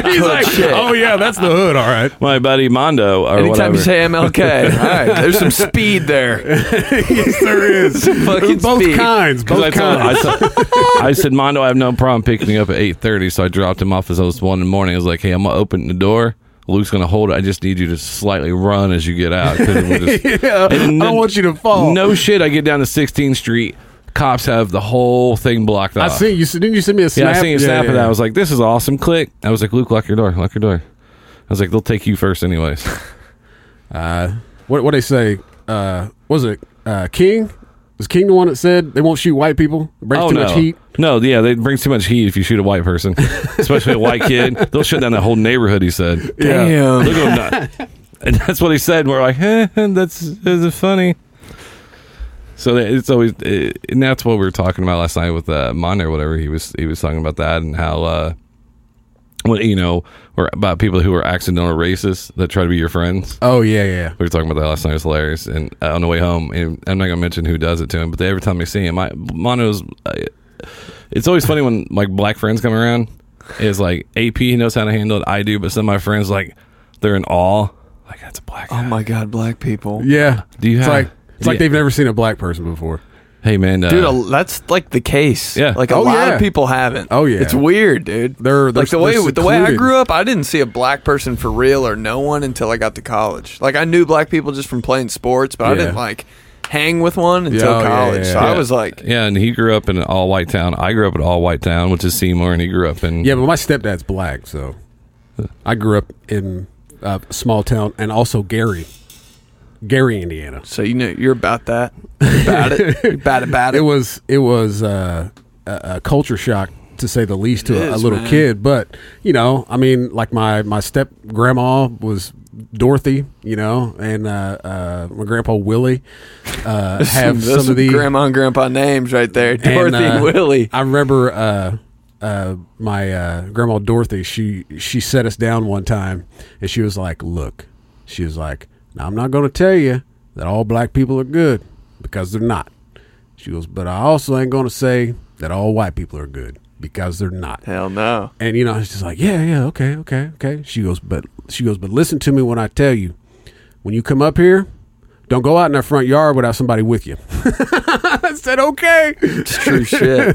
He's like, shit. oh yeah, that's the hood. All [laughs] right. My buddy Mondo, or anytime whatever. you say [laughs] MLK. All right, there's some speed there. there is. Fucking both speed. kinds. 'Cause Both I, told, kinds. I, said- I said, Mondo, I have no problem picking me up at eight thirty, so I dropped him off as I was one in the morning. I was like, Hey, I'm gonna open the door. Luke's gonna hold it. I just need you to slightly run as you get out. 'cause we'll [laughs] just- yeah, I don't And then- want you to fall. No shit. I get down to 16th Street. Cops have the whole thing blocked I off. see you. Didn't you send me a Yeah, snap? I seen you snap yeah, of that. I was like, "This is awesome." Click. I was like, "Luke, lock your door. Lock your door." I was like, "They'll take you first, anyways." Uh, what what they say? Uh, what was it uh, King? Was King the one that said they won't shoot white people? It Brings oh too no, much heat. no, yeah, they bring too much heat if you shoot a [laughs] white person, especially a white kid. They'll shut down that whole neighborhood. He said, Damn. They'll go nuts. [laughs] and that's what he said. We're like, eh, that's, that's funny. So that- it's always, eh, and that's what we were talking about last night with uh, Mon or whatever. He was he was talking about that and how, uh, what you know, or about people who are accidental racists that try to be your friends. Oh yeah, yeah. We were talking about that last night. It was hilarious. And uh, on the way home, and I'm not going to mention who does it to him, but they, every time I see him, I, Mono's. Uh, it's always funny when like black friends come around. It's like AP he knows how to handle it. I do, but some of my friends like they're in awe. Like that's a black. Oh Guy. my god, black people. Yeah. Do you it's have- like it's like Yeah. they've never seen a black person before. Hey man, uh, Dude, a, that's like the case. Yeah. like a Oh, lot yeah. of people haven't. Oh, yeah. it's weird, dude. They're- they're- like the way they're the way I secluded. grew up. I didn't see a black person for real or no one until I got to college. Like I knew black people just from playing sports, but I Yeah. didn't like hang with one until Yeah, oh, yeah, college. yeah, So yeah. I was like, yeah, and he grew up in an all white town. I grew up in all white town, which is Seymour, and he grew up in Yeah, but my stepdad's black, so I grew up in uh, a small town and also Gary, Gary, Indiana. so you know, you're [laughs] about that, You're about it, You're about about it. it was it was uh, a, a culture shock to say the least to It a, a is, little man. kid but you know i mean like my my step grandma was dorothy you know and uh, uh, my grandpa willie [laughs] uh, have Those some of are the grandma and grandpa names right there, [laughs] Dorothy and, uh, Willie. I remember uh, uh, my uh, grandma Dorothy. She she set us down one time, and she was like, "Look," she was like, "Now I'm not going to tell you that all black people are good because they're not." She goes, "But I also ain't going to say that all white people are good because they're not." Hell no. And you know, it's just like, yeah, yeah, okay, okay, okay. She goes, but she goes, but listen to me when I tell you, when you come up here, Don't go out in our front yard without somebody with you. [laughs] I said, okay. It's true shit.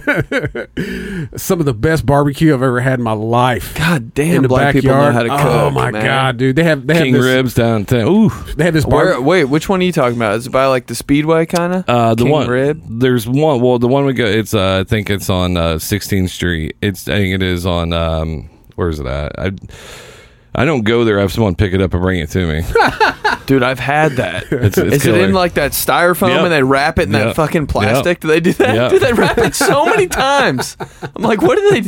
Some of the best barbecue I've ever had in my life. [laughs] God damn, in the black backyard. people know how to cook. oh my man. god, dude! They have they have King this, ribs downtown. Ooh, They have this Where, barbecue. wait, which one are you talking about? Is it by like the Speedway kind of? uh, the King one rib. There's one. Well, the one we go. It's uh, I think it's on uh, 16th Street. It's I think it is on. Um, where is it at? I I don't go there. I have someone pick it up and bring it [laughs] to me. Dude, I've had that. [laughs] It's, it's Is it in killer. like that styrofoam Yep. and they wrap it in Yep. that fucking plastic? Yep. Do they do that? [laughs] Yep. Do they wrap it so many times? I'm like, what do they?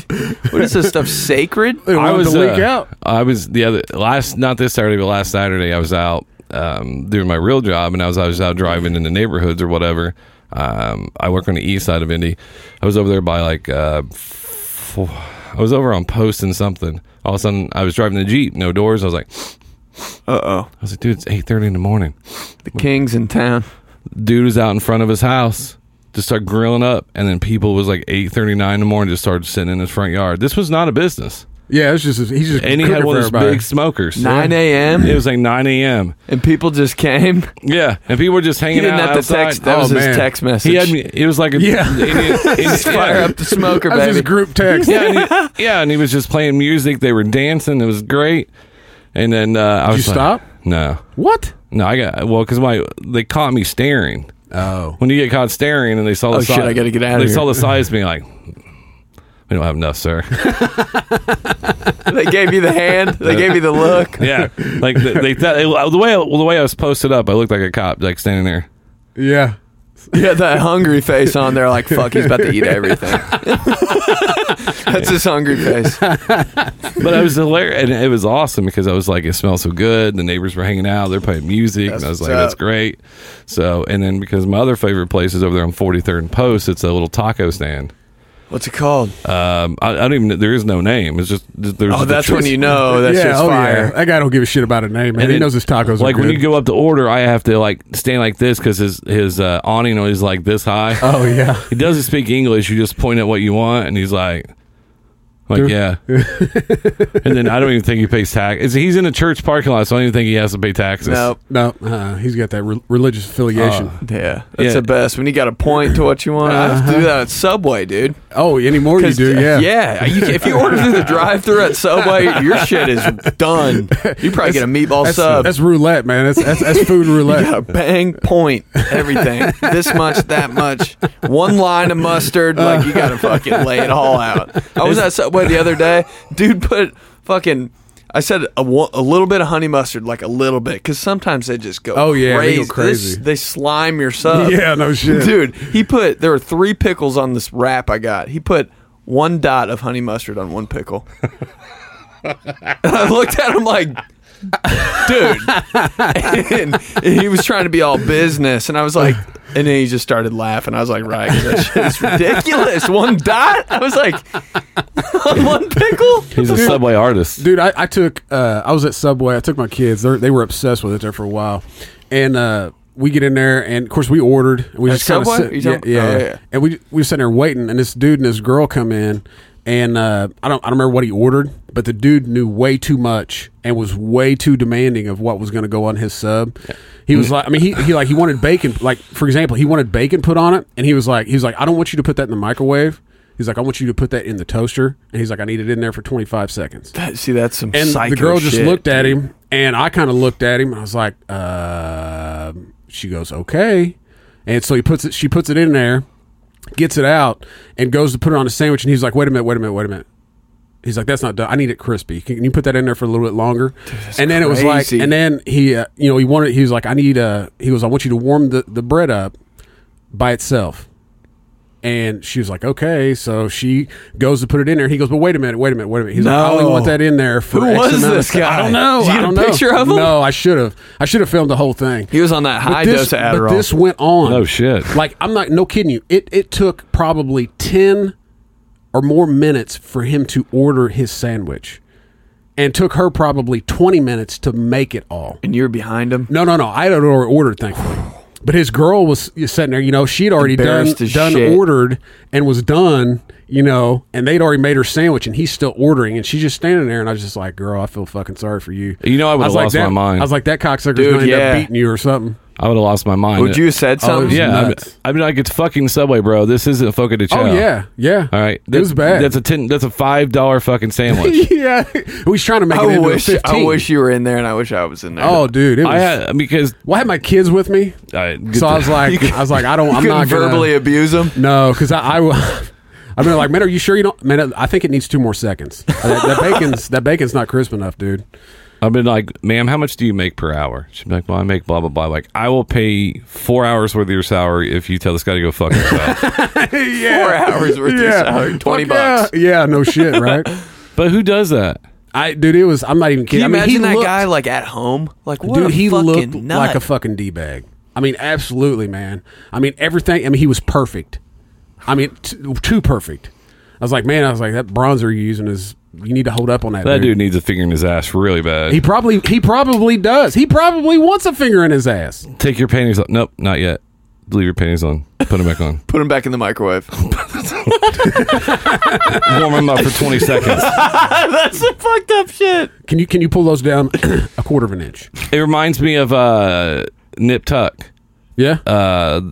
What is this stuff sacred? They want I it was to leak uh, out. I was the other last, not this Saturday, but last Saturday, I was out um, doing my real job, and I was I was out driving in the neighborhoods or whatever. Um, I work on the east side of Indy. I was over there by like, uh, f- I was over on Post and something. All of a sudden, I was driving the Jeep, no doors. I was like, I Uh oh, was like, dude, it's eight thirty in the morning. the king's in town. Dude was out in front of his house. Just start grilling up, and then people was like eight thirty nine in the morning. Just started sitting in his front yard. This was not a business, Yeah, it's just he's just and he cooking had one for of those everybody. big smokers. 9 It a.m. was like nine a.m. and people just came. Yeah, and people were just hanging He didn't out have to outside. text. That Oh, was man. his text message. he had me. It was like a Yeah. and [laughs] he- and he- Fire up the smoker, That's baby. just group text. yeah, and he, yeah, and he was just playing music. They were dancing. It was great. And then uh, I was you like- stop? No, What? no, I got well because my they caught me staring. Oh, When you get caught staring, and they saw the Oh, shit, si- I gotta get outta They here. saw the size being like, we don't have enough, sir. [laughs] they gave you the hand. They gave you the look. yeah, like they, they thought the way well, the way I was posted up, I looked like a cop, like standing there. yeah. Yeah, that hungry face on there, like fuck, he's about to eat everything. That's his hungry face. But it was hilarious, and it was awesome because I was like, it smells so good. The neighbors were hanging out; they're playing music, and I was what's like, that's up. great. So, and then because my other favorite place is over there on 43rd and Post, it's a little taco stand. What's it called? Um, I, I don't even there is no name. It's just there's. Oh, just a that's when choice. you know that's yeah, just oh, fire. Yeah. That guy don't give a shit about a name, man. And he then, knows his tacos. Like are when good. you go up to order, I have to like stand like this because his his uh, awning is like this high. Oh yeah. he doesn't speak English. You just point at what you want, and he's like, like Dude. [laughs] yeah. and then I don't even think he pays tax. He's in a church parking lot, so I don't even think he has to pay taxes. Nope. No, uh, he's got that re- religious affiliation. Yeah, that's Yeah. the best. When you got a point to what you want, I have to do that at Subway, dude. oh, any more you 'Cause, do? uh, Yeah. yeah. you- if you order through the drive-through at Subway, your shit is done. You probably get a meatball That's, sub. that's roulette, man. That's that's, that's [laughs] food roulette. got a bang point everything. this much, that much. One line of mustard. Like you gotta fucking lay it all out. I was at Subway the other day. Dude put fucking. I said a, wa- a little bit of honey mustard, like a little bit, because sometimes they just go. Oh, yeah, they go This- crazy. they slime your [laughs] sub. Yeah, no shit. dude. He put there were three pickles on this wrap I got. He put one dot of honey mustard on one pickle. [laughs] And I looked at him like, dude. [laughs] And he was trying to be all business, and I was like, and then he just started laughing. I was like, right, that shit is ridiculous. One dot. I was like, [laughs] on one pickle. He's a subway artist. Dude, I, I took uh, I was at Subway. I took my kids. They're, they were obsessed with it there for a while, and uh, we get in there, and of course we ordered. And we At just kind Subway? of You yeah, talking- yeah, oh, yeah. and we we were sitting there waiting, and this dude and this girl come in, and uh, I don't I don't remember what he ordered, but the dude knew way too much and was way too demanding of what was going to go on his sub. He was like, I mean, he, he like he wanted bacon, like for example, he wanted bacon put on it, and he was like, he was like, I don't want you to put that in the microwave. He's like, I want you to put that in the toaster, and he's like, I need it in there for twenty five seconds See, that's some and psycho the girl just shit. looked at him and i kind of looked at him and i was like uh, she goes okay and so he puts it she puts it in there gets it out and goes to put it on a sandwich and he's like wait a minute wait a minute wait a minute he's like that's not done i need it crispy can, can you put that in there for a little bit longer and then it was like crazy. and then he uh, you know he wanted he was like i need uh he goes i want you to warm the, the bread up by itself and she was like, "Okay." So she goes to put it in there. He goes, "But wait a minute, wait a minute, wait a minute." He's like, "I only No. want that in there for Who X was amount of this time." I guy? don't know. Did you I get a don't know. picture of him? No, I should have. I should have filmed the whole thing. He was on that high this, dose of Adderall. but this went on. Oh, shit. Like I'm not no kidding you. It it took probably ten or more minutes for him to order his sandwich, and took her probably twenty minutes to make it all. and you're behind him. No, no, no. I had already ordered, thankfully. But his girl was sitting there, you know, she'd already done, Embarrassed as done shit. ordered and was done, you know, and they'd already made her sandwich and he's still ordering and she's just standing there and I was just like, girl, I feel fucking sorry for you. You know, I would've was lost that, my mind. I was like, that cocksucker's Dude, going to end yeah. up beating you or something. I would have lost my mind. Would you have Oh, said something? Yeah, I mean, Nuts. I mean, like it's fucking Subway, bro. This isn't fucking a Oh chow. yeah, yeah. All right, it was bad. [laughs] That's a ten. That's a five dollar fucking sandwich. yeah, we was trying to make it I into wish a fifteen. I wish you were in there, and I wish I was in there. Oh, dude, it was. I had Uh, because well, I had my kids with me, I, so I was like, I was like, I don't, [laughs] you I'm couldn't not gonna verbally abuse him. No, because I, I, wa- [laughs] I mean, like, man, are you sure you don't? Man, I think it needs two more seconds. That, that bacon's that bacon's not crisp enough, [laughs] dude. I've been like, ma'am, how much do you make per hour? She'd be like, well, I make blah blah blah. Like, I will pay four hours worth of your salary if you tell this guy to go fuck himself. Four hours worth of salary, twenty Fuck yeah. bucks. Yeah, no shit, [laughs] right? but who does that? I, dude, it was. I'm not even Can kidding. you I mean, he imagine that looked- guy like at home? Like what? Dude, a he fucking looked nut. like a fucking d bag. I mean, absolutely, man. I mean, everything. I mean, he was perfect. I mean, t- too perfect. I was like, man, I was like, that bronzer you're using is. You need to hold up on that. That dude needs a finger in his ass really bad. He probably he probably does. He probably wants a finger in his ass. Take your panties off. Nope, not yet. Leave your panties on. Put them back on. Put him back in the microwave. [laughs] Warm them up for twenty seconds. That's some fucked up shit. Can you can you pull those down [clears throat] a quarter of an inch? [laughs] It reminds me of uh, Nip Tuck. Yeah. uh,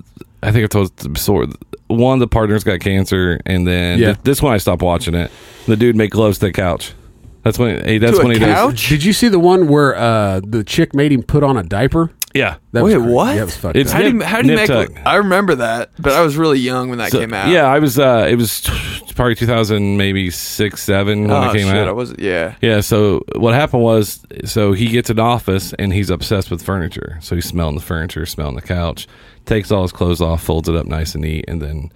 I think I told the story. One of the partners got cancer, and then Yeah. th- this one I stopped watching it. The dude made gloves to the couch. That's when hey, that's To a when he does. couch? Did you see the one where uh, the chick made him put on a diaper? Yeah, That Wait, was crazy. what? That was fucked It's- up. How do you, how do you Nip make? tuck. I remember that, but I was really young when that So- came out. yeah. I was uh, it was probably two thousand, maybe six, seven when Oh it came shit! out. I was yeah. Yeah, so what happened was, so he gets an office and he's obsessed with furniture. So he's smelling the furniture, smelling the couch, takes all his clothes off, folds it up nice and neat, and then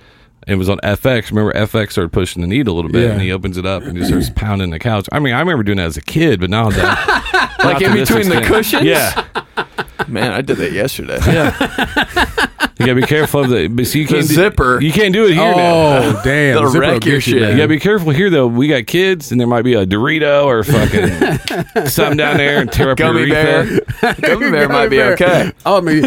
it was on FX. Remember, FX started pushing the needle a little bit, Yeah. and he opens it up and just starts pounding the couch. I mean, I remember doing that as a kid, but now [laughs] that Like in between the cushions? Yeah, Man, I did [laughs] that yesterday. [laughs] yeah. you gotta be careful of the. But see, you The can't do- zipper. you can't do it here now. [laughs] Oh damn! That'll Zipper will wreck your get you, shit. man. You gotta be careful here though. We got kids, and there might be a Dorito or [laughs] fucking something down there and tear up your Gummy urethra. bear. [laughs] Gummy bear [laughs] might be Bear. okay. Oh, I [laughs] mean,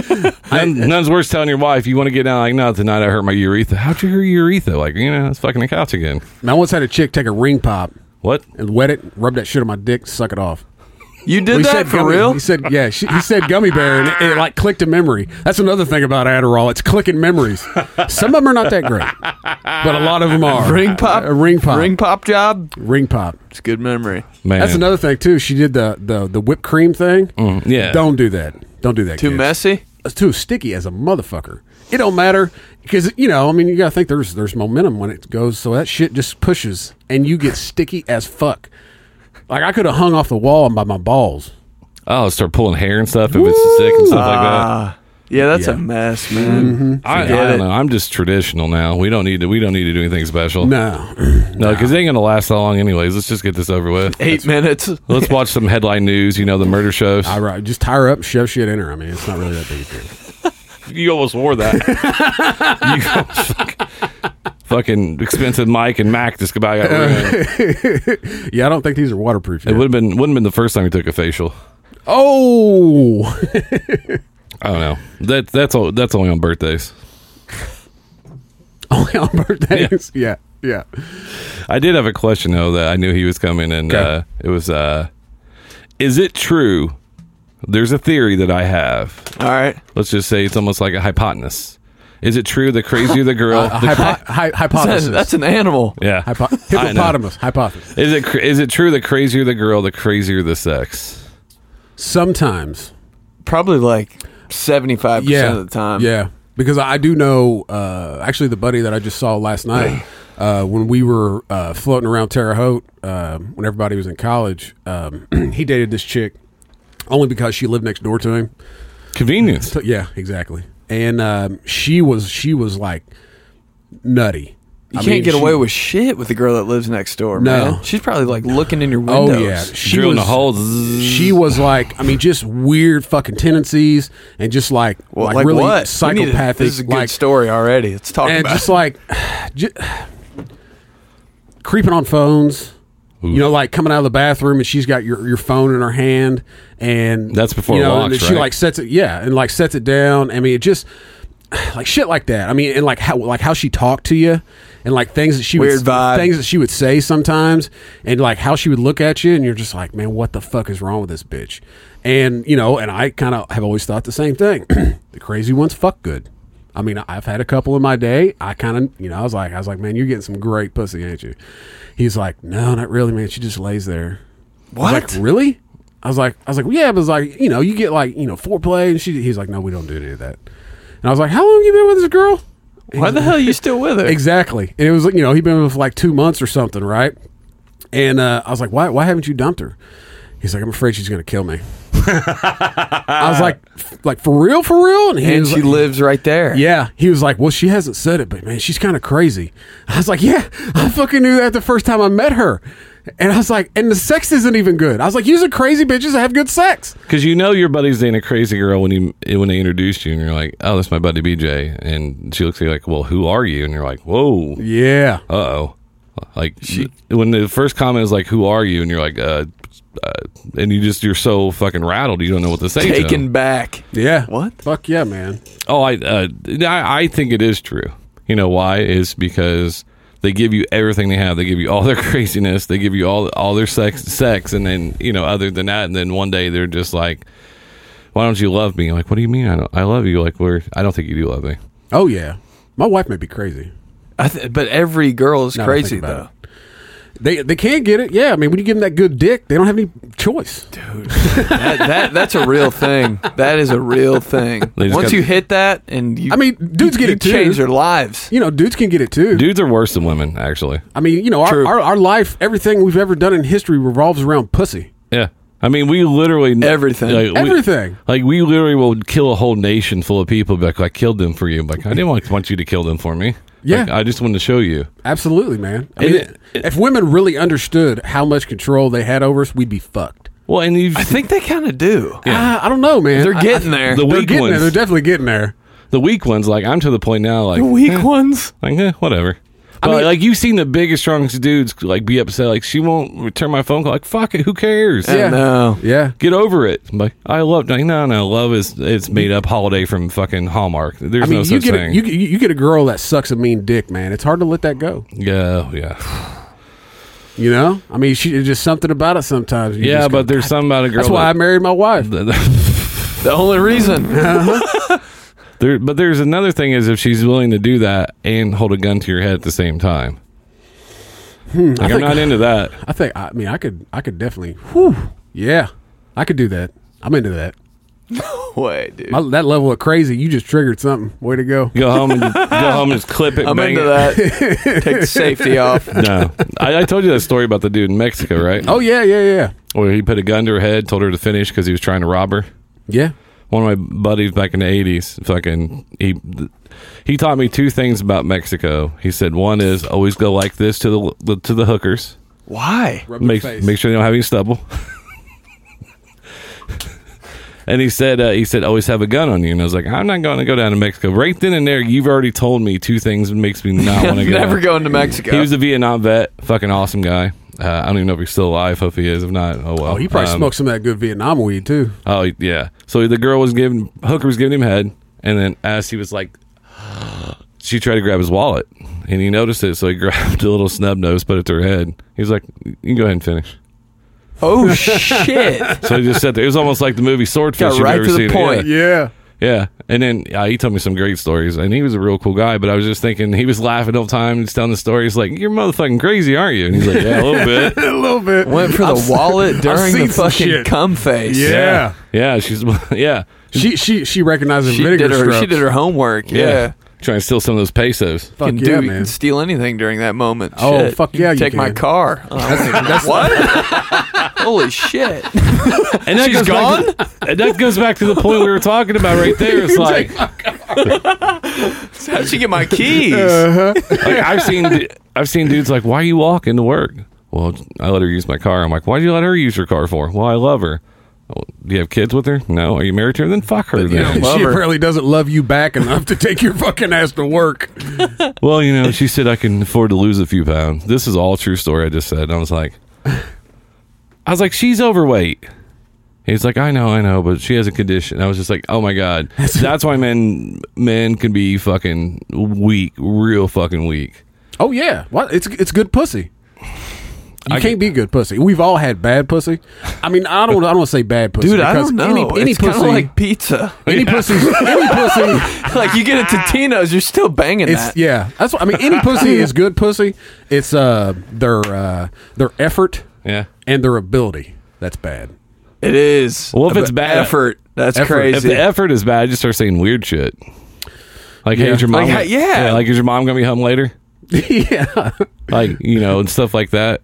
None, none's worse telling your wife you want to get down like no tonight I hurt my urethra. How'd you hurt your urethra? Like you know it's fucking the couch again. I once had a chick take a ring pop What? and wet it, rub that shit on my dick, suck it off. You did He that for gummy- real? He said, "Yeah." She, he said gummy bear, and it, it like clicked a memory. That's another thing about Adderall; it's clicking memories. Some of them are not that great, but a lot of [laughs] them are. ring pop, a uh, ring pop, ring pop job. ring pop. It's a good memory. Man, That's another thing too. She did the the, the whipped cream thing. Mm, yeah. Don't do that. Don't do that. Too kids. messy. It's too sticky as a motherfucker. It don't matter because you know. I mean, you gotta think there's there's momentum when it goes, so that shit just pushes, and you get sticky as fuck. Like I could have hung off the wall by my balls. Oh, start pulling hair and stuff if it's sick and stuff like Ah, yeah, that's Yeah. Mm-hmm. a mess, man. that. I, I forget don't it. know. I'm just traditional now. We don't need to. We don't need to do anything special. No, no, because it ain't gonna last that long anyways. Let's just get this over with. Eight minutes. Let's watch some headline news. You know the murder shows. I ri- just tie her up, shove shit in her. I mean, it's not really that big a deal. you almost [laughs] wore that. you almost fucking, fucking expensive Mike and Mac just about [laughs] got ruined. Yeah, I don't think these are waterproof. It Yet. would have been wouldn't have been the first time he took a facial. oh, [laughs] I don't know. That that's all. That's only on birthdays. only on birthdays. Yeah, yeah. I did have a question though that I knew he was coming, and Okay. uh, it was: uh, Is it true? There's a theory that I have. All right. Let's just say it's almost like a hypotenuse. Is it true? The crazier the [laughs] girl, A the Uh, hypo- hy- hypothesis. That's, [laughs] that's an animal. yeah. Hypo- I know. hippopotamus. Hypothesis. Is it cr- is it true? The crazier the girl, the crazier the sex. Sometimes. Probably like seventy-five percent of the time. Yeah, because I do know. Uh, actually, the buddy that I just saw last night uh, when we were uh, floating around Terre Haute um, when everybody was in college, um, [clears throat] he dated this chick only because she lived next door to him. Convenience. So- yeah, exactly. And um, she was she was like nutty. You can't get away with shit with the girl that lives next door, No. man. She's probably like looking in your Oh windows. yeah, she Drilling was- a hole. Zzz. She was like, I mean, just weird fucking tendencies and just like, Well, like, like, really what? We need to- psychopathic. this is a good like, story already. Let's talk and about just it. like [sighs] ju- [sighs] creeping on phones. You know, like coming out of the bathroom and she's got your, your phone in her hand, and That's before you know, locks, and she right? like sets it, yeah, and like sets it down. I mean, it just like shit like that. I mean, and like how like how she talked to you, and like things that she Weird would vibe. things that she would say sometimes, and like how she would look at you, and you're just like, man, what the fuck is wrong with this bitch? And, you know, and I kind of have always thought the same thing. [clears throat] the crazy ones fuck good. I mean, I've had a couple in my day. I kind of, you know, I was like, I was like, man, you're getting some great pussy, ain't you? He's like, no, not really, man. She just lays there. I was What? like, really? I was like, I was like, yeah, but it's like, you know, you get like, you know, foreplay and she. He's like, no, we don't do any of that. And I was like, how long you been with this girl? Why the hell are you still with her? Exactly. And it was like, you know, he'd been with her for like two months or something, right? And uh, I was like, why, why haven't you dumped her? He's like, I'm afraid she's going to kill me. [laughs] I was like, f- like for real, for real? he and was she like- lives right there. yeah, he was like, "Well, she hasn't said it, but man, she's kind of crazy." I was like, "Yeah, I fucking knew that the first time I met her," and I was like, "And the sex isn't even good." I was like, "Using crazy bitches that have good sex." Because you know your buddy's dating a crazy girl when you when they introduced you, and you're like, "Oh, that's my buddy BJ," and she looks at you like, "Well, who are you?" And you're like, "Whoa, Yeah, uh oh." Like when the first comment is like, "Who are you?" and you're like, "Uh," uh and you just you're so fucking rattled, you don't know what to say. to them. Taken back. yeah. What? Fuck yeah, man. Oh, I, uh, I I think it is true. You know why? Is because they give you everything they have. They give you all their [laughs] craziness. They give you all all their sex, sex, and then you know other than that, and then one day they're just like, "Why don't you love me?" like, what do you mean? I don't. I love you. Like, we're. I don't think you do love me. Oh yeah, my wife may be crazy. I th- but every girl is Now that I crazy think about though. They they can't get it. Yeah, I mean, when you give them that good dick, they don't have any choice. [laughs] That, that that's a real thing. That is a real thing. They just Once got- you hit that, and you, I mean, dudes get you it too. Change their lives. You know, dudes can get it too. Dudes are worse than women, actually. I mean, you know, our, True. our our life, everything we've ever done in history revolves around pussy. Yeah. I mean, we literally Everything. we- Everything. like we literally will kill a whole nation full of people. But like, I killed them for you. Like, I didn't want, want you to kill them for me. Yeah. Like, I just wanted to show you. Absolutely, man. I mean, it- if women really understood how much control they had over us, we'd be fucked. Well, and you've I think they kind of do. Ah, I don't know, man. They're I- getting I- there. the they're weak getting ones. there. They're definitely getting there. the weak ones, like I'm to the point now, like The weak eh, [laughs] ones. like eh, whatever. But mean- like you've seen the biggest, strongest dudes like be upset, like she won't return my phone call. Like fuck it, who cares? Yeah. No. Yeah. Get over it. I'm like I love, like, no, no, love is it's made up holiday from fucking Hallmark. There's I mean, no you such get a, thing. you, get- you get a girl that sucks a mean dick, man. It's hard to let that go. yeah, [sighs] yeah, You know, I mean, she it's just something about it sometimes. You yeah. just go, But there's something about a girl. that's why I that- married my wife. The only [laughs] reason. [laughs] there, but there's another thing is if she's willing to do that and hold a gun to your head at the same time. like, I'm Hmm. think- not [laughs] into that. I think. I mean, I could. I could definitely. Whew, yeah, I could do that. I'm into that. Wait, dude. My, that level of crazy, you just triggered something. Way to go. Go home and go home and just clip it. I'm bang into it. that. [laughs] Take the safety off. No, I, I told you that story about the dude in Mexico, right? Oh yeah, yeah, yeah, where he put a gun to her head, told her to finish because he was trying to rob her. yeah. One of my buddies back in the eighties, fucking he, he taught me two things about Mexico. He said one is always go like this to the to the hookers, [laughs] Why? Rub make your face. make sure they don't have any stubble. [laughs] and he said uh, he said always have a gun on you, and I was like, I'm not going to go down to Mexico. Right then and there, you've already told me two things that makes [laughs] me not want to I'm go. never going to Mexico. He was a Vietnam vet, fucking awesome guy. Uh, I don't even know if he's still alive. Hope he is. If not, oh well. Oh, he probably Um, smoked some of that good Vietnam weed too. Oh yeah. So the girl was giving hooker was giving him head, and then as he was like, [gasps] she tried to grab his wallet, and he noticed it, so he [laughs] grabbed a little snub nose, put it to her head. He was like, "You can go ahead and finish." oh shit! So he just sat there. It was almost like the movie Swordfish. Got you've right ever to the seen it. point. Yeah. Yeah. Yeah. And then uh, he told me some great stories, and he was a real cool guy. But I was just thinking, he was laughing all the time, just telling the story. He's like, "You're motherfucking crazy, aren't you?" And he's like, "Yeah, a little bit." a little bit. [laughs] [laughs] Went for the wallet during the seen some fucking shit. cum face. Yeah. Yeah, she's [laughs] yeah. She she she recognized the She vinegar did her. strokes. She did her homework. Yeah. Trying to steal some of those pesos. Fuck can yeah, do, you man. can steal anything during that moment. Oh, Shit. fuck yeah, you Take my can. [laughs] car. Oh, what? [laughs] Holy shit! And that goes She's back to- and that goes back to the point we were talking about right there. It's like, How'd she get my keys? Uh, like, I've seen du- I've seen dudes like, why are you walking to work? Well, I let her use my car. I'm like, why would you let her use your car for? Well, I love her. "Well, do you have kids with her? No. Are you married to her? Then fuck her. You know, Then. love she her. apparently doesn't love you back enough to take your fucking ass to work. well, you know, she said I can afford to lose a few pounds. This is all true story. I just said. And I was like, I was like, she's overweight. He's like, I know, I know, but she has a condition. I was just like, oh my god, that's why men men can be fucking weak, real fucking weak. Oh yeah, what? It's it's good pussy. You can't be good pussy. We've all had bad pussy. I mean, I don't. I don't want to say bad pussy Dude, I because don't know. any, any it's kind pussy, of like pizza. [laughs] any pussy, any [laughs] pussy. like you get it to Tino's, you're still banging It's that. yeah. That's what I mean. Any pussy is good pussy. It's uh their uh their effort Yeah. and their ability. That's [laughs] bad. It is. Well, if it's bad- effort, that's Effort. crazy. If the effort is bad, I just start saying weird shit. Like, hey, Yeah. is your mom? Like, hey, yeah. Like, is your mom gonna be home later? yeah. Like, you know, and stuff like that.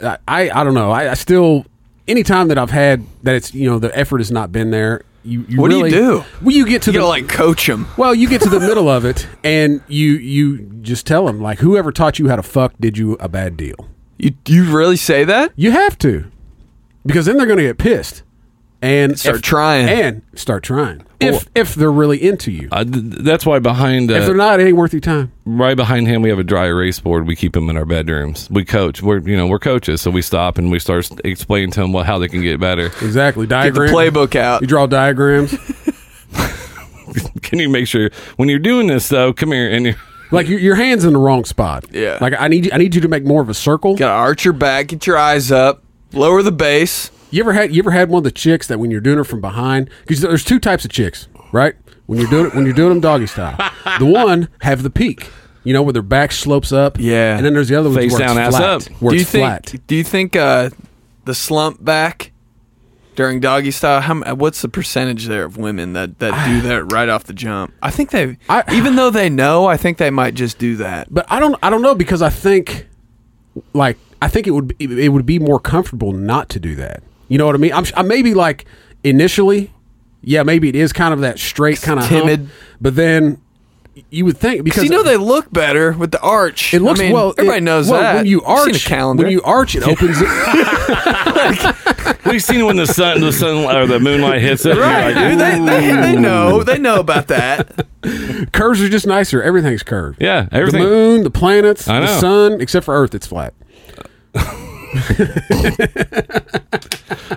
I, I I don't know. I, I still anytime that I've had that it's you know the effort has not been there. You, you What do you really- do? Well, you get to the you gotta like coach him. Well, you [laughs] get to the middle of it, and you you just tell them like, whoever taught you how to fuck did you a bad deal. You you really say that? You have to, because then they're going to get pissed and Start trying. and start trying. Well- if if they're really into you, I, th- that's why behind if they're uh, not, it ain't worth your time. right behind him, we have a dry erase board. We keep him in our bedrooms. We coach. We're you know we're coaches, so we stop and we start explaining to him what how they can get better. [laughs] Exactly. Get the Diagram. playbook out. You draw diagrams. can you make sure when you're doing this though? Come here and [laughs] you like your, your hands in the wrong spot. Yeah. Like I need you- I need you to make more of a circle. Gotta arch your back, get your eyes up, lower the base. You ever had you ever had one of the chicks that when you're doing her from behind because there's two types of chicks, right? When you're doing it when you're doing them doggy [laughs] style, the one have the peak, you know, where their back slopes up, Yeah. and then there's the other one where Face it's down, flat, ass up. where do you it's think? flat. Do you think uh, the slump back during doggy style? How m- what's the percentage there of women that that [sighs] do that right off the jump? I think they, I- even though they know, I think they might just do that. But I don't I don't know because I think, like I think it would be, it would be more comfortable not to do that. You know what I mean? I'm, s- I maybe like initially, yeah, maybe it is kind of that straight kind of Timid. but then you would think because Because you know they look better with the arch. It looks I mean, well. Everybody it- knows well, that. When you I've arch, seen a calendar. when you arch, it opens. It. we've seen when the sun the sun or the moonlight hits it. right, You're like, dude, [laughs] they, they, they know. They know [laughs] about that. curves are just nicer. Everything's curved. yeah, everything. The moon, the planets, I the know. sun, except for Earth, it's flat.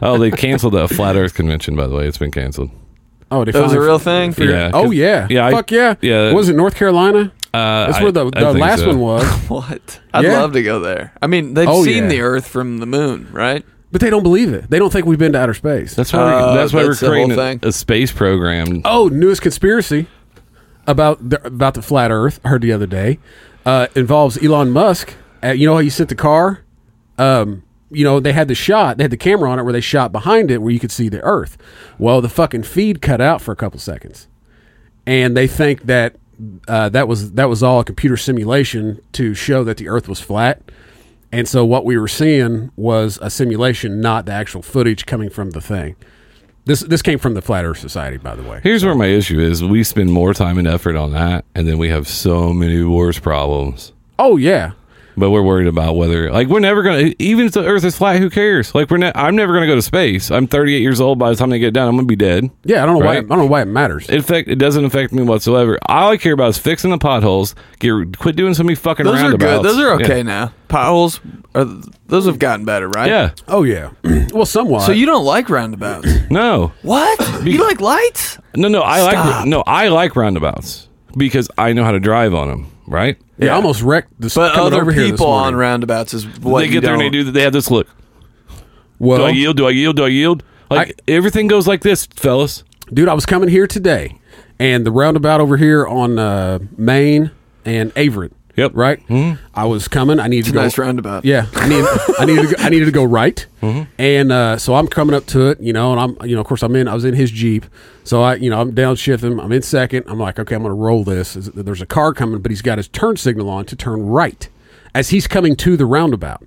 Oh, they canceled the flat Earth convention. By the way, it's been canceled. Oh, they That was a finally- real thing. For Yeah. Oh yeah, Yeah, I- Fuck yeah, yeah. Was it North Carolina? Uh, That's I- where the, I the think last so. one [laughs] was. [laughs] What? I'd Yeah. love to go there. I mean, they've Oh, seen yeah. the Earth from the moon, right? But they don't believe it. They don't think we've been to outer space. That's why. Uh, we're, that's why that's the we're whole creating a, thing. a space program. oh, newest conspiracy about the, about the flat Earth. I heard the other day uh, involves Elon Musk. Uh, you know how you sent the car. Um, you know they had the shot. They had the camera on it where they shot behind it where you could see the Earth. Well, the fucking feed cut out for a couple seconds, and they think that uh, that was that was all a computer simulation to show that the Earth was flat. And so what we were seeing was a simulation, not the actual footage coming from the thing. This this came from the Flat Earth Society, by the way. Here's where my issue is: we spend more time and effort on that, and then we have so many worse problems. Oh yeah, But we're worried about whether, like, we're never gonna. Even if the Earth is flat, who cares? Like, we're. Ne- I'm never gonna go to space. I'm 38 years old. By the time they get down, I'm gonna be dead. yeah. I don't know why. Right. I don't know why it matters. It affect. It doesn't affect me whatsoever. All I care about is fixing the potholes. Get quit doing so many fucking Those are roundabouts. good. Those are okay Yeah. now. Potholes, are, those have gotten better, right? Yeah. oh yeah. [clears throat] well, somewhat. So you don't [coughs] like roundabouts? No. what? you like lights? No. No. I Stop. like. No. I like roundabouts because I know how to drive on them. Right. yeah, Yeah. I almost wrecked this. But coming other over here this people on morning. roundabouts is what they you get there and they don't. do. th- They have this look. Do I Well, yield? Do I yield? Do I yield? Like everything goes like this, fellas. dude, I was coming here today, and the roundabout over here on uh, Maine and Averett. Yep. Right. Mm-hmm. I was coming. I needed to go. nice roundabout. Yeah, I need, I needed to go, I needed to go right, and uh, so I'm coming up to it, you know, and I'm you know of course I'm in I was in his jeep, so I you know I'm downshifting, I'm in second, I'm like okay I'm gonna roll this. Is- There's a car coming, but he's got his turn signal on to turn right as he's coming to the roundabout,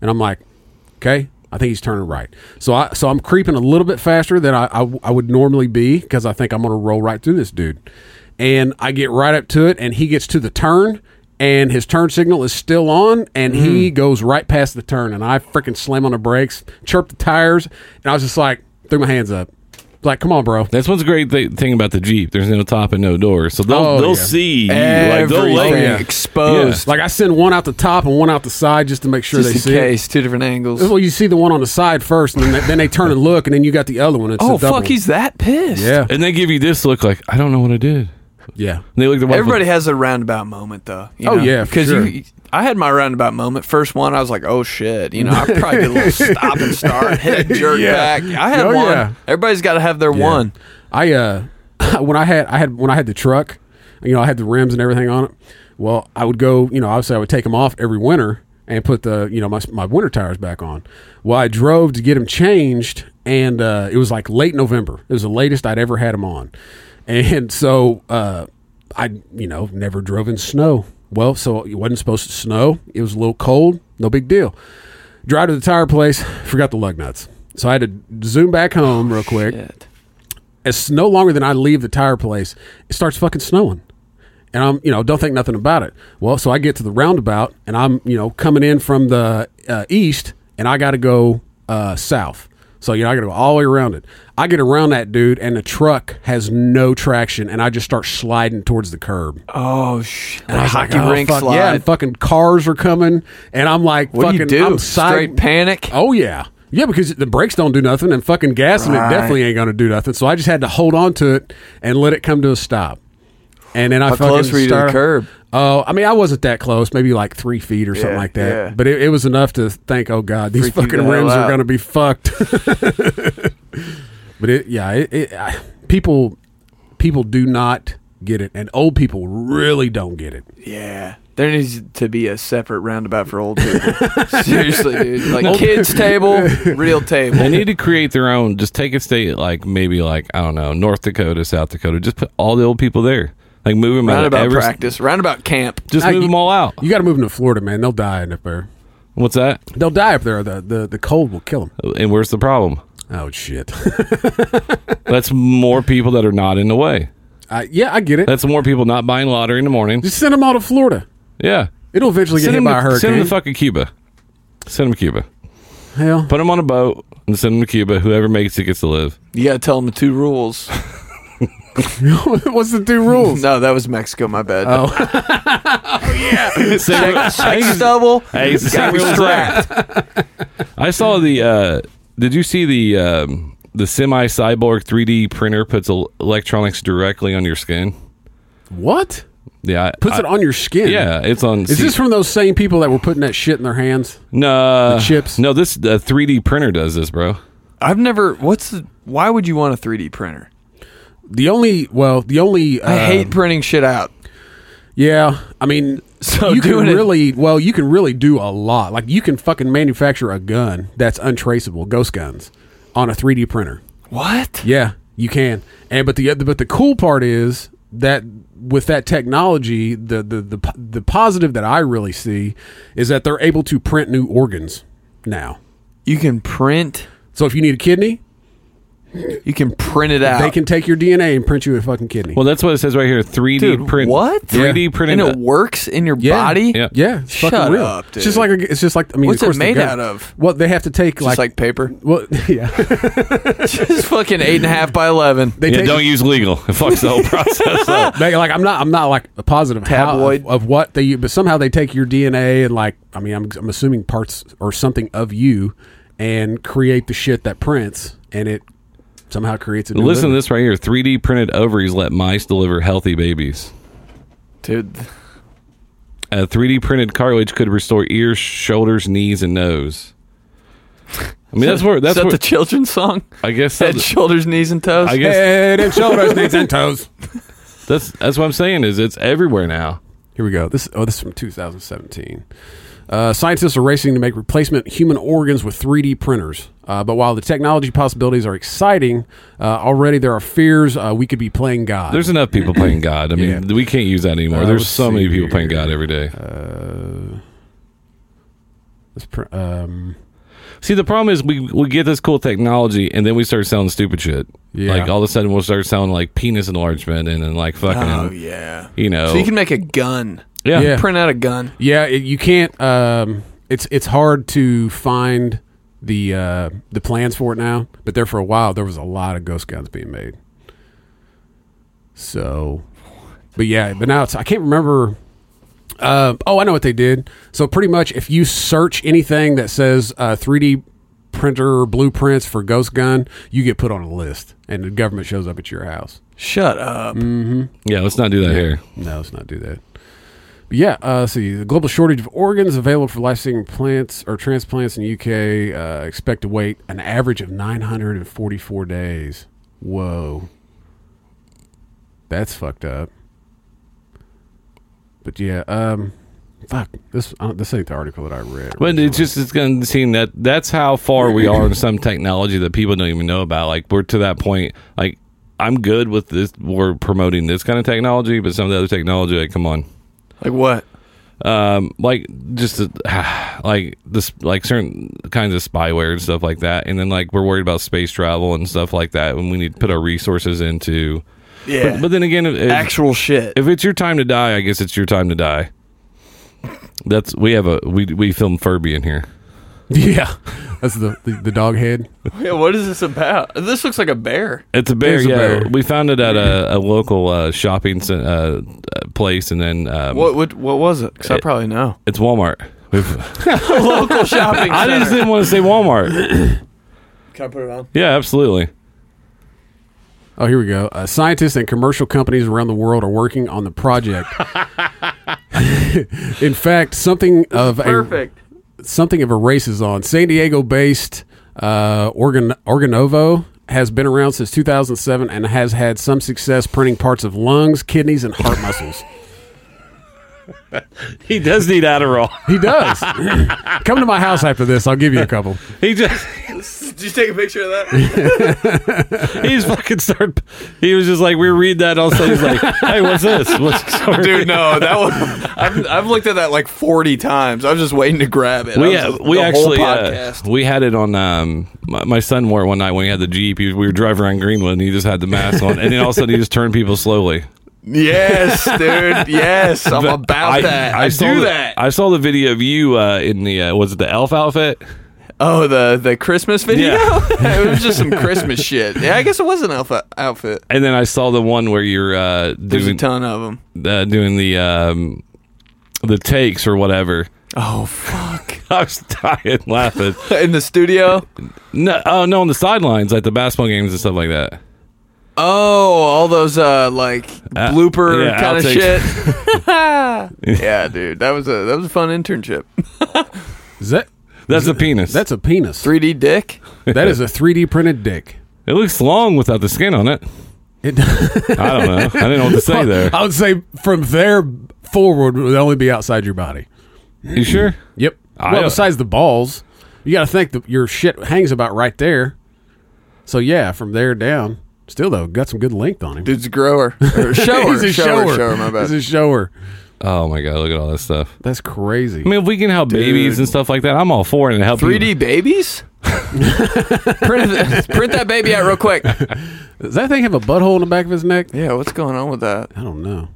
and I'm like okay I think he's turning right, so I so I'm creeping a little bit faster than I I, I would normally be because I think I'm gonna roll right through this dude, and I get right up to it, and he gets to the turn, and his turn signal is still on, and Mm. he goes right past the turn, and I freaking slam on the brakes, chirp the tires, and I was just like, threw my hands up, like, come on, bro. That's one's great th- thing about the Jeep. There's no top and no door, so they'll Oh, they'll yeah. see you. Like, they'll Everything let you. yeah. exposed. Like I send one out the top and one out the side just to make sure Just they in see. it. case, two different angles. Well, you see the one on the side first, and then they, then they turn and look, and then you got the other one. It's a Oh double. fuck, he's that pissed. yeah. And they give you this look like I don't know what I did. Yeah. And they looked at one Everybody has a roundabout moment, though. you Oh, know? yeah, for because sure. you, I had my roundabout moment. First one, I was like, "Oh shit!" You know, [laughs] I probably did a little stop and start, hit a jerk Yeah. back. I had Oh, one. yeah. Everybody's got to have their one. I uh [laughs] when I had I had when I had the truck, you know, I had the rims and everything on it. Well, I would go, you know, obviously I would take them off every winter and put the, you know, my my winter tires back on. Well, I drove to get them changed and uh it was like late November. It was the latest I'd ever had them on. [laughs] And so uh I, you know, never drove in snow. Well, so it wasn't supposed to snow. It was a little cold. No big deal. Drive to the tire place, [sighs] forgot the lug nuts. So I had to zoom back home real quick Shit. it's no longer than I leave the tire place, it starts fucking snowing. And I'm, you know, don't think nothing about it. Well, so I get to the roundabout and I'm, you know, coming in from the uh, east and I got to go uh, south. So, you know, I got to go all the way around it. I get around that dude and the truck has no traction and I just start sliding towards the curb. Oh shit! And I was like, hockey oh, rink fuck, slide. Yeah, and fucking cars are coming and I'm like, what fucking, do you do? I'm side- Straight panic. Oh yeah, yeah, because the brakes don't do nothing, and fucking gas in it Right. definitely ain't gonna do nothing. So I just had to hold on to it and let it come to a stop. And then I How fucking close were you to the started- curb? Oh, I mean, I wasn't that close. Maybe like three feet or something Yeah, like that. yeah. But it, it was enough to think, oh god, these Freak you the fucking hell rims are out. gonna be fucked. [laughs] but it, yeah, it, it, I, people, people do not get it, and old people really don't get it. [laughs] Yeah. There needs to be a separate roundabout for old [laughs] people. Seriously, dude. Like kids table, real They [laughs] table. need to create their own. Just take a state like maybe like I don't know North Dakota, South Dakota. Just put all the old people there. Like move them out. of Roundabout every- practice, roundabout camp. Just Nah, move you- them all out. You got to move them to Florida, man. They'll die up there. What's that? They'll die up there. The the, the cold will kill them. And where's the problem? Oh shit. [laughs] That's more people that are not in the way. Uh, yeah, I get it. That's more people not buying lottery in the morning. Just send them all to Florida. Yeah. It'll eventually get hit Send by a them, to, send hurricane. them to fucking Cuba. Send them to Cuba. Hell, Put them on a boat and send them to Cuba. Whoever makes it gets to live. You gotta tell them the two rules. [laughs] what's the two [laughs] rules? [laughs] No, that was Mexico. My bad. Oh. check, check stubble. Hey, it's the Got same me rules there. strapped. [laughs] I saw the. Uh, did you see the um, the semi cyborg 3D printer puts el- electronics directly on your skin? What Yeah, I- puts I- it on your skin? Yeah, it's on. Is C- this from those same people that were putting that shit in their hands? no uh, chips? No, this the 3D printer does this, bro. I've never. What's the? Why would you want a 3D printer? The only well, the only uh, I hate printing shit out. Yeah, I mean, So you can doing it- really well, you can really do a lot. Like you can fucking manufacture a gun that's untraceable, ghost guns, on a 3D printer. What? Yeah, you can. And but the but the cool part is that with that technology, the the the p- the positive that I really see is that they're able to print new organs now. You can print. So if you need a kidney, You can print it out. they can take your DNA and print you a fucking kidney. Well, that's what it says right here. 3D Dude, print. what? 3D Yeah. printing. and it works in your Yeah. body. Yeah. yeah, it's Shut fucking real. up, dude. It's just like a, it's just like I mean, What's of course it the made gun- out of? Well, they have to take Just like, like [laughs] paper. well, [laughs] yeah, It's fucking eight and a half by eleven. they yeah, take don't use legal. [laughs] It fucks the whole [laughs] process up. They like I'm not I'm not like a positive how- Tabloid. of, of what they but somehow they take your DNA and like I mean I'm I'm assuming parts or something of you and create the shit that prints and it somehow creates a new Listen to living. this right here. 3D printed ovaries let mice deliver healthy babies. Dude, A 3D printed cartilage could restore ears, shoulders, knees, and nose. I mean, that's where is that's that where the [laughs] children's song? I guess Head, that's, shoulders, knees, and toes. I guess head and shoulders knees [laughs] and toes. that's that's what I'm saying is it's everywhere now. Here we go. This oh this is from 2017. Uh, scientists are racing to make replacement human organs with 3D printers. Uh, but while the technology possibilities are exciting, uh, already there are fears uh, we could be playing God. There's enough people playing God. I mean, Yeah. we can't use that anymore. Uh, There's let's so many see people playing here. God every day. Let's pr- um, See, the problem is we we get this cool technology and then we start selling stupid shit. Yeah. Like all of a sudden we'll start selling like penis enlargement and then like fucking, Oh yeah. you know, So you can make a gun. yeah. Yeah. Print out a gun. Yeah, it, you can't. Um, it's it's hard to find the uh, the plans for it now. But there for a while, there was a lot of ghost guns being made. So, but yeah, but now it's I can't remember. Uh, oh, I know what they did. So pretty much, if you search anything that says uh, 3D printer blueprints for ghost gun, you get put on a list, and the government shows up at your house. Shut up. Yeah, let's not do that here. No, let's not do that. But yeah, uh, let's see. The global shortage of organs available for life-saving plants or transplants in the UK uh, expect to wait an average of 944 days. Whoa, that's fucked up. But yeah, um, fuck this. Uh, this ain't the article that I read. But it's just it's going to seem that that's how far we are in some technology that people don't even know about. Like we're to that point. Like I'm good with this. We're promoting this kind of technology, but some of the other technology, like come on, Like what? um, like just uh, [sighs] like this, like certain kinds of spyware and stuff like that. And then like we're worried about space travel and stuff like that, and we need to put our resources into. Yeah. But, but then again, if, if- Actual shit. if it's your time to die, I guess it's your time to die. That's we have a we we film Furby in here. [laughs] yeah, that's the, the the dog head. Yeah, what is this about? This looks like a bear. It's a bear. It's a yeah, bear. we found it at a, a local uh, shopping cen- uh, uh, place, and then um, What what, what was it? Because I probably know. it's Walmart. We've- [laughs] [laughs] Local shopping I just didn't want to say Walmart. Can I put it on? Yeah, absolutely. Oh, here we go. Uh, scientists and commercial companies around the world are working on the project. [laughs] In fact, something of a Perfect. something of a race is on. San Diego based uh, Organ- Organovo has been around since 2007 and has had some success printing parts of lungs, kidneys, and heart muscles. He does need Adderall. [laughs] [laughs] He does. [laughs] Come to my house after this. I'll give you a couple. He just Did you take a picture of [laughs] that? he's fucking start. He was just like we read that. and All of a sudden he's like, hey, what's this? [laughs] What's sorry. Dude, no, that one. I've, I've looked at that like forty times. I was just waiting to grab it. We, I was- uh, we the actually whole uh, podcast. we had it on. Um, my, my son wore it one night when he had the jeep. He, we were driving around Greenwood, and he just had the mask on, and then all of a sudden he just turned people slowly. yes, dude. Yes, I'm about that. I, saw do the- that. I saw the video of you uh, in the uh, was it the elf outfit? oh, the the Christmas video. Yeah. it was just some Christmas shit. Yeah, I guess it was an alpha outfit. And then I saw the one where you're uh, There's a doing ton of them. uh, doing the um, the takes or whatever. [laughs] Oh fuck! I was dying laughing. [laughs] In the studio. No, oh no, on the sidelines like the basketball games and stuff like that. Oh, all those uh like Uh, blooper yeah, kind of outtakes. shit. [laughs] yeah, dude, that was a that was a fun internship. Is that That's a penis. that's a penis? 3D dick. That is a 3D printed dick. it looks long without the skin on it. It [laughs] I don't know. I didn't know what to say [laughs] there. I would say from there forward would only be outside your body. You sure? Yep. I- well, besides the balls, you got to think that your shit hangs about right there. So yeah, from there down. Still though, got some good length on him. Dude's a grower or shower. He's a shower, shower. shower, My bad. He's a shower. Oh my god, look at all that stuff. That's crazy. I mean, if we can help babies and stuff like that, I'm all for it and help. 3D people. babies. print, print that baby out real quick. Does that thing have a butthole in the back of his neck? Yeah, what's going on with that? I don't know.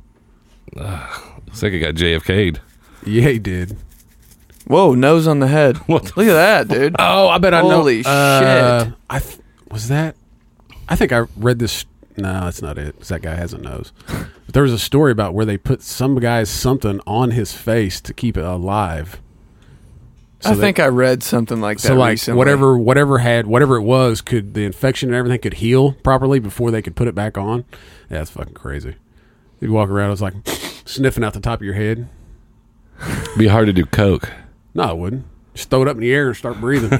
Looks like it got JFK'd. Yeah, he did. Whoa, nose on the head. What the Look at that, dude. Oh, I bet I know. Holy Uh, shit. I th- was that. I think I read this. No, that's not it. 'cause That guy has a nose. But there was a story about where they put some guy's something on his face to keep it alive. I they- think I read something like that. so like recently. whatever whatever had whatever it was could the infection and everything could heal properly before they could put it back on yeah, that's fucking crazy you'd walk around it's like [sniffs] sniffing out the top of your head Be hard to do coke. no it wouldn't just throw it up in the air and start [laughs] breathing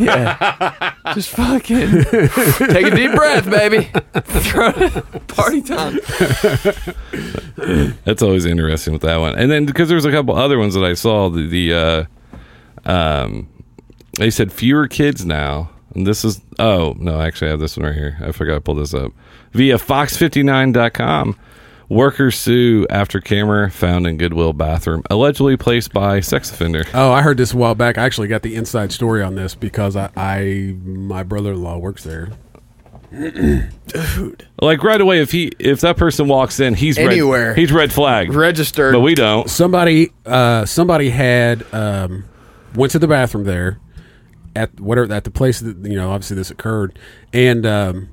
Just fucking take a deep breath, baby. Party time. That's always interesting with that one. And then because there was a couple other ones that I saw, the, the uh, um, they said fewer kids now. And this is oh no, actually I have this one right here. I forgot to pull this up via fox59.com. Workers sue after camera found in Goodwill bathroom allegedly placed by sex offender. oh i heard this a while back i actually got the inside story on this because i, I my brother-in-law works there Like right away, if he if that person walks in, he's Anywhere. red, he's red flag, Registered. but we don't. somebody uh somebody had um went to the bathroom there at whatever at the place that you know obviously this occurred and um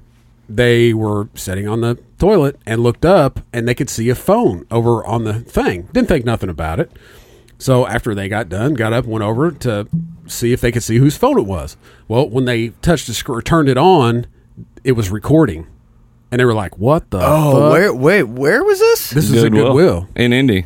they were sitting on the toilet and looked up and they could see a phone over on the thing didn't think nothing about it so after they got done got up went over to see if they could see whose phone it was well when they touched the screen or turned it on it was recording and they were like, "What the? Oh, fuck? where? Wait, where was this? This is a Goodwill." in Indy.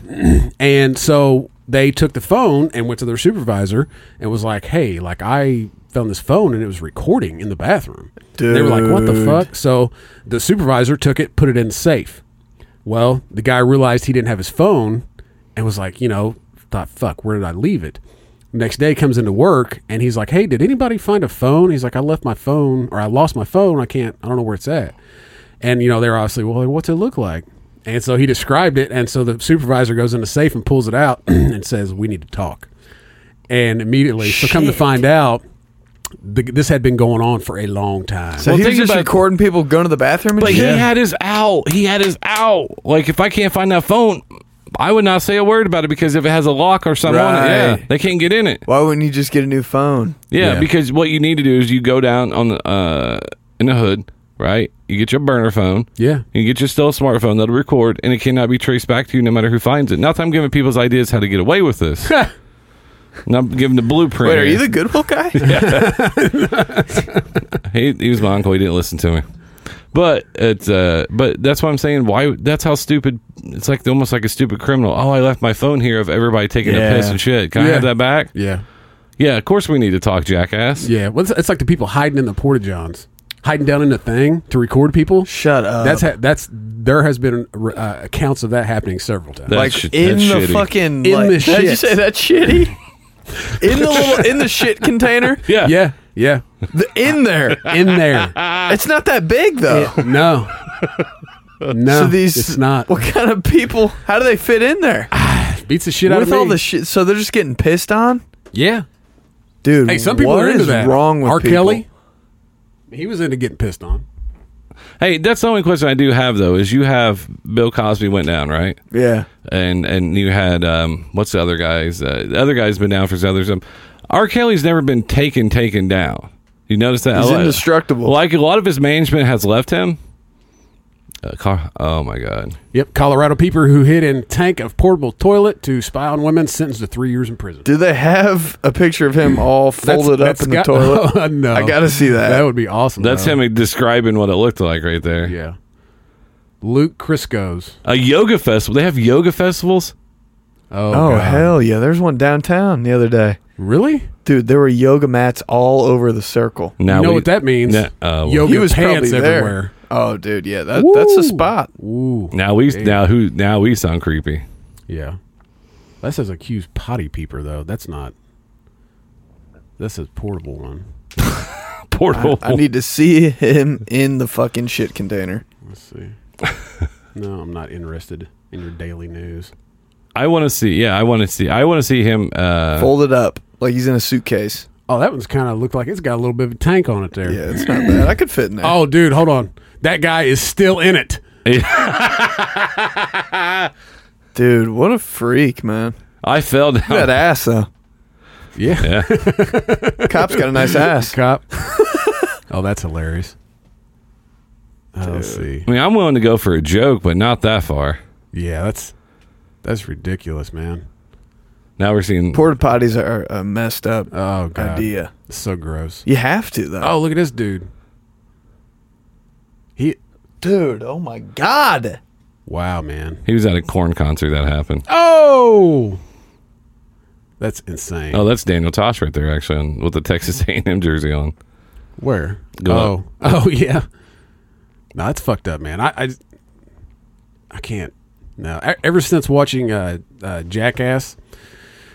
And so they took the phone and went to their supervisor and was like, "Hey, like I found this phone and it was recording in the bathroom." And They were like, "What the Dude. fuck?" So the supervisor took it, put it in the safe. Well, the guy realized he didn't have his phone and was like, you know, thought, "Fuck, where did I leave it?" Next day comes into work and he's like, "Hey, did anybody find a phone?" He's like, "I left my phone or I lost my phone. I can't. I don't know where it's at." And you know, they're obviously, well, what's it look like? And so he described it, and so the supervisor goes in the safe and pulls it out [clears throat] and says, "We need to talk." And immediately, so come to find out, the, this had been going on for a long time. So he think was just about- recording people going to the bathroom. And But shit? he had his out. He had his out. Like if I can't find that phone, I would not say a word about it because if it has a lock or something on it, yeah, Right. they can't get in it. Why wouldn't you just get a new phone? Yeah, Yeah. because what you need to do is you go down on the uh, in the hood, right? You get your burner phone. Yeah. You get your still smartphone that'll record, and it cannot be traced back to you no matter who finds it. Not that I'm giving people's ideas how to get away with [laughs] this. and I'm giving the blueprint. Wait, are you here. the Goodwill guy? he, he was my uncle. He didn't listen to me. But it's uh, but that's what I'm saying. Why? That's how stupid. It's like almost like a stupid criminal. Oh, I left my phone here of everybody taking a Yeah. piss and shit. Can I Yeah. have that back? Yeah, Yeah, of course we need to talk, jackass. yeah. Well, it's, it's like the people hiding in the porta johns, hiding down in the thing to record people. Shut up. That's ha- that's there has been uh, accounts of that happening several times. That like shit- in that's the shitty. fucking In like, the Did you shit. say that shitty? in the little in the shit container. Yeah, yeah, yeah. The- in there. In there, It's not that big though. [laughs] no, no. So these it's not What kind of people? How do they fit in there beats the shit out of with me. all the shit? So they're just getting pissed on, yeah, dude. Hey, some people what are into is that. Wrong with R. people? Kelly? He was into getting pissed on. Hey, that's the only question I do have though. Is you have Bill Cosby went down right, Yeah, and and you had um, what's the other guys? Uh, the other guy's been down for others. Um, R. Kelly's never been taken taken down. You notice that he's A lot- indestructible. Like a lot of his management has left him. Uh, car. Oh my god. Yep, Colorado peeper who hid in tank of portable toilet to spy on women sentenced to three years in prison. do they have a picture of him all folded up in the got- [laughs] toilet? Oh, no, I gotta see that. That would be awesome. That's though. him describing what it looked like right there. Yeah, Luke Crisco's. A yoga festival. They have yoga festivals. Oh, oh God. hell yeah! There's one downtown the other day, Really? dude. There were yoga mats all over the circle. Now you know we- what that means? Now, uh, Yoga He was pants probably there. everywhere. Oh, dude, yeah, that, that's Woo. a spot. Ooh, now we now who now we sound creepy. [laughs] yeah. That says accused potty peeper though. That's not. That says portable one. Portal. I need to see him in the fucking shit container. Let's see. [laughs] no, I'm not interested in your daily news. I want to see. Yeah, I want to see. I want to see him. Uh, Folded up like he's in a suitcase. Oh, that one's kind of looked like it's got a little bit of a tank on it there. Yeah, it's not bad. I could fit in there. Oh, dude, hold on. That guy is still in it. Dude, what a freak, man. [laughs] I fell down. Oh. That ass, though. Yeah. [laughs] Yeah. Cop's got [laughs] a nice ass. [laughs] Cop. oh, that's hilarious. Oh, Let's see. I mean, I'm willing to go for a joke, but not that far. Yeah, that's that's ridiculous, man. Now we're seeing. Porta potties are a messed up Oh god. idea. So gross. You have to, though. Oh, look at this dude. He dude. Oh, my God. Wow, man. he was at a corn concert that happened. Oh. That's insane. Oh, that's Daniel Tosh right there, actually, on, with the Texas [laughs] A&M jersey on. Where? Go oh, [laughs] oh yeah. No, that's fucked up, man. I, I, I can't. No, E- ever since watching uh, uh, Jackass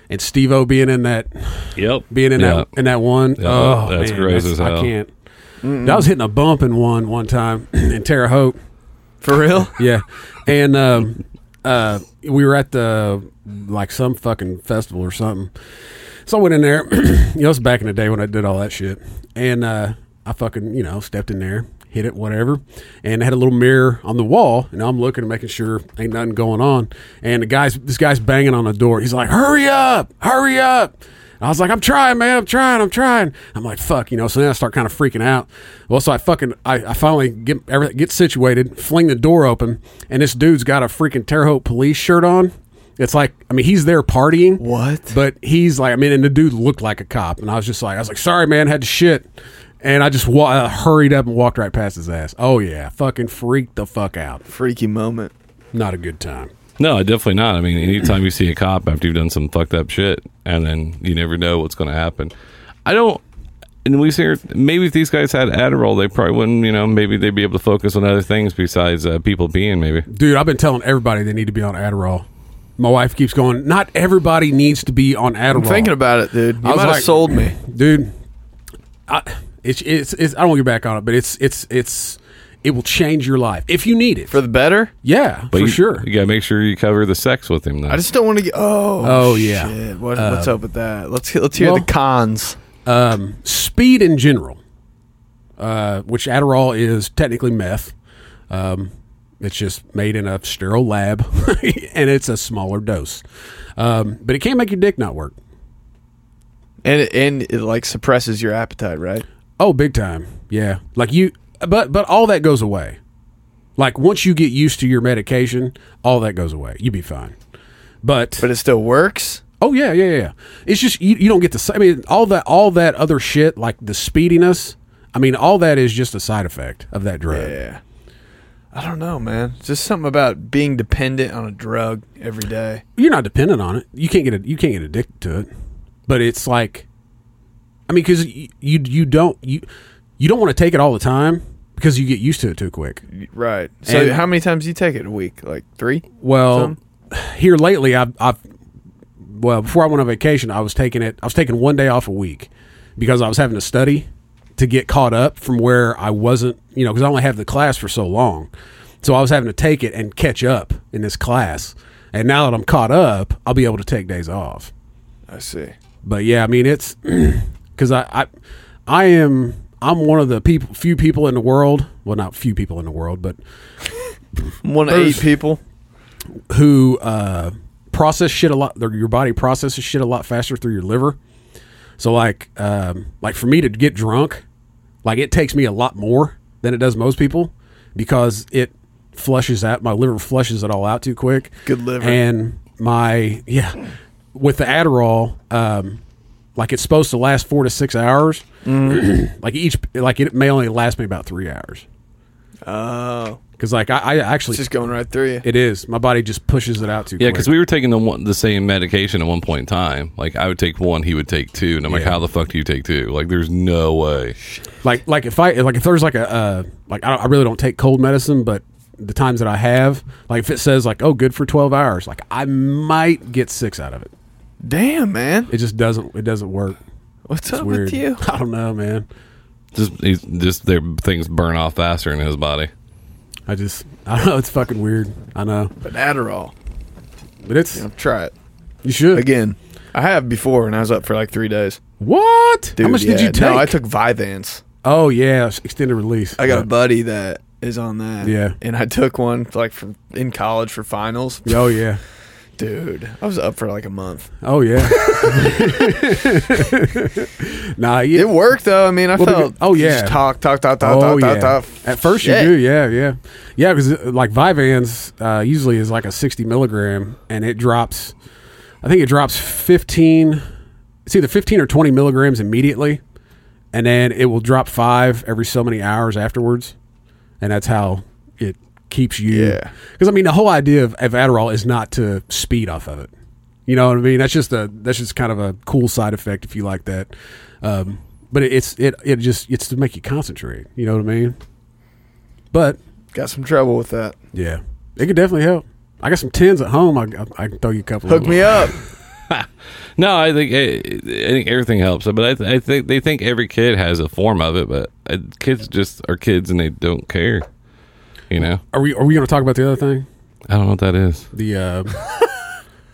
and Steve O being in that, Yep. being in that, in that one. Yeah, oh, that's man, gross as hell. I can't. I was hitting a bump in one one time [clears throat] in Terre Haute. For real? [laughs] Yeah, and um, uh, we were at the like some fucking festival or something. So I went in there. [clears throat] you know, it's back in the day when I did all that shit, and uh, I fucking you know stepped in there, hit it, whatever, and I had a little mirror on the wall, and I'm looking and making sure ain't nothing going on. And the guys, this guy's banging on the door. He's like, "Hurry up! Hurry up!" And I was like, I'm trying, man. I'm trying. I'm trying. I'm like, fuck, you know. So then I start kind of freaking out. Well, so I fucking, I, I finally get everything, get situated, fling the door open, and this dude's got a freaking Terre Haute police shirt on. It's like, I mean, he's there partying. What? But he's like, I mean, and the dude looked like a cop, and I was just like, I was like, sorry, man, had to shit. And I just wa- uh, hurried up and walked right past his ass. Oh yeah, fucking freaked the fuck out. Freaky moment. Not a good time. No, definitely not. I mean, anytime you see a cop after you've done some fucked up shit, and then you never know what's going to happen. I don't. And we hear maybe if these guys had Adderall, they probably wouldn't. You know, maybe they'd be able to focus on other things besides uh, people being. Maybe Dude, I've been telling everybody they need to be on Adderall. My wife keeps going, not everybody needs to be on Adderall. I'm thinking about it, dude. You was might have like- sold me. dude. I, it's, it's, it's, I don't want to get back on it, but it's, it's, it's, it will change your life if you need it. For the better? yeah, for you, sure. you gotta make sure you cover the sex with him. Though. I just don't want to get. Oh, Oh, yeah. shit. What, what's up with that? Let's let's hear well- the cons. Um, speed in general, uh, which Adderall is technically meth. Um, it's just made in a sterile lab, [laughs] and it's a smaller dose. Um, but it can make your dick not work. And it, and it like suppresses your appetite, right? Oh, big time. Yeah. Like you but but all that goes away. Like once you get used to your medication, all that goes away. You be fine. But, But it still works. oh yeah, yeah, yeah. It's just you, you don't get the sa- I mean all that all that other shit like the speediness, I mean all that is just a side effect of that drug. Yeah. I don't know, man. It's Just something about being dependent on a drug every day. You're not dependent on it. You can't get a, you can't get addicted to it. But it's like I mean cuz you, you you don't you you don't want to take it all the time because you get used to it too quick. Right. So And- how many times do you take it a week? Like three? Well, Some? here lately, I've, I've well before I went on vacation, I was taking it. I was taking one day off a week because I was having to study to get caught up from where I wasn't. You know, because I only have the class for so long, so I was having to take it and catch up in this class. And now that I'm caught up, I'll be able to take days off. I see. But yeah, I mean it's [clears throat] because I, I I am I'm one of the people few people in the world. Well, not few people in the world, but One to eight people. who uh, process shit a lot. their- Your body processes shit a lot faster through your liver. So like, um, like for me to get drunk, like it takes me a lot more than it does most people because it flushes out my liver flushes it all out too quick. Good liver. And my yeah, with the Adderall, um, like it's supposed to last four to six hours. Mm. [clears throat] like each, like it may only last me about three hours. Oh, Because like I, I actually, it's just going right through you. it is my body just pushes it out too. yeah, quick. because we were taking the one, the same medication at one point in time. Like I would take one, he would take two, and I'm like, Yeah. how the fuck do you take two? Like there's no way. like like if I like if there's like a uh, like I, don't, I really don't take cold medicine, but the times that I have, like if it says like oh good for twelve hours, like I might get six out of it. Damn, man. It just doesn't it doesn't work. What's It's up weird. with you? [laughs] I don't know, man. Just he's, just their things burn off faster in his body. I just I don't know. It's fucking weird. I know, But Adderall. but it's Try it you should again. I have before, and I was up for like three days. what? How much did yeah. you take? No, I took Vyvanse. oh yeah, it's extended release. I got a buddy that is on that. Yeah. And I took one like for in college for finals. Oh yeah. Dude, I was up for like a month. Oh [laughs] yeah. [laughs] nah, yeah. It worked though. I mean, I Well, felt because- oh, yeah. Oh, just talk talk talk talk talk talk talk. At first Shit. you do, yeah, yeah, yeah. Because like Vyvanse uh, usually is like a sixty milligram, and it drops. I think it drops fifteen. It's either fifteen or twenty milligrams immediately, and then it will drop five every so many hours afterwards, and that's how it keeps you. Yeah. Because I mean, the whole idea of, of Adderall is not to speed off of it. You know what I mean? That's just a that's just kind of a cool side effect if you like that. Um, but it, it's it it just it's to make you concentrate. You know what I mean? But Got some trouble with that. yeah, it could definitely help. I got some tins at home. I, I, I can throw you a couple. Hook of me up. No, I think I, I think everything helps, but I, th- I think they think every kid has a form of it, but uh, kids just are kids and they don't care. You know, Are we are we going to talk about the other thing? I don't know what that is. The [laughs] uh,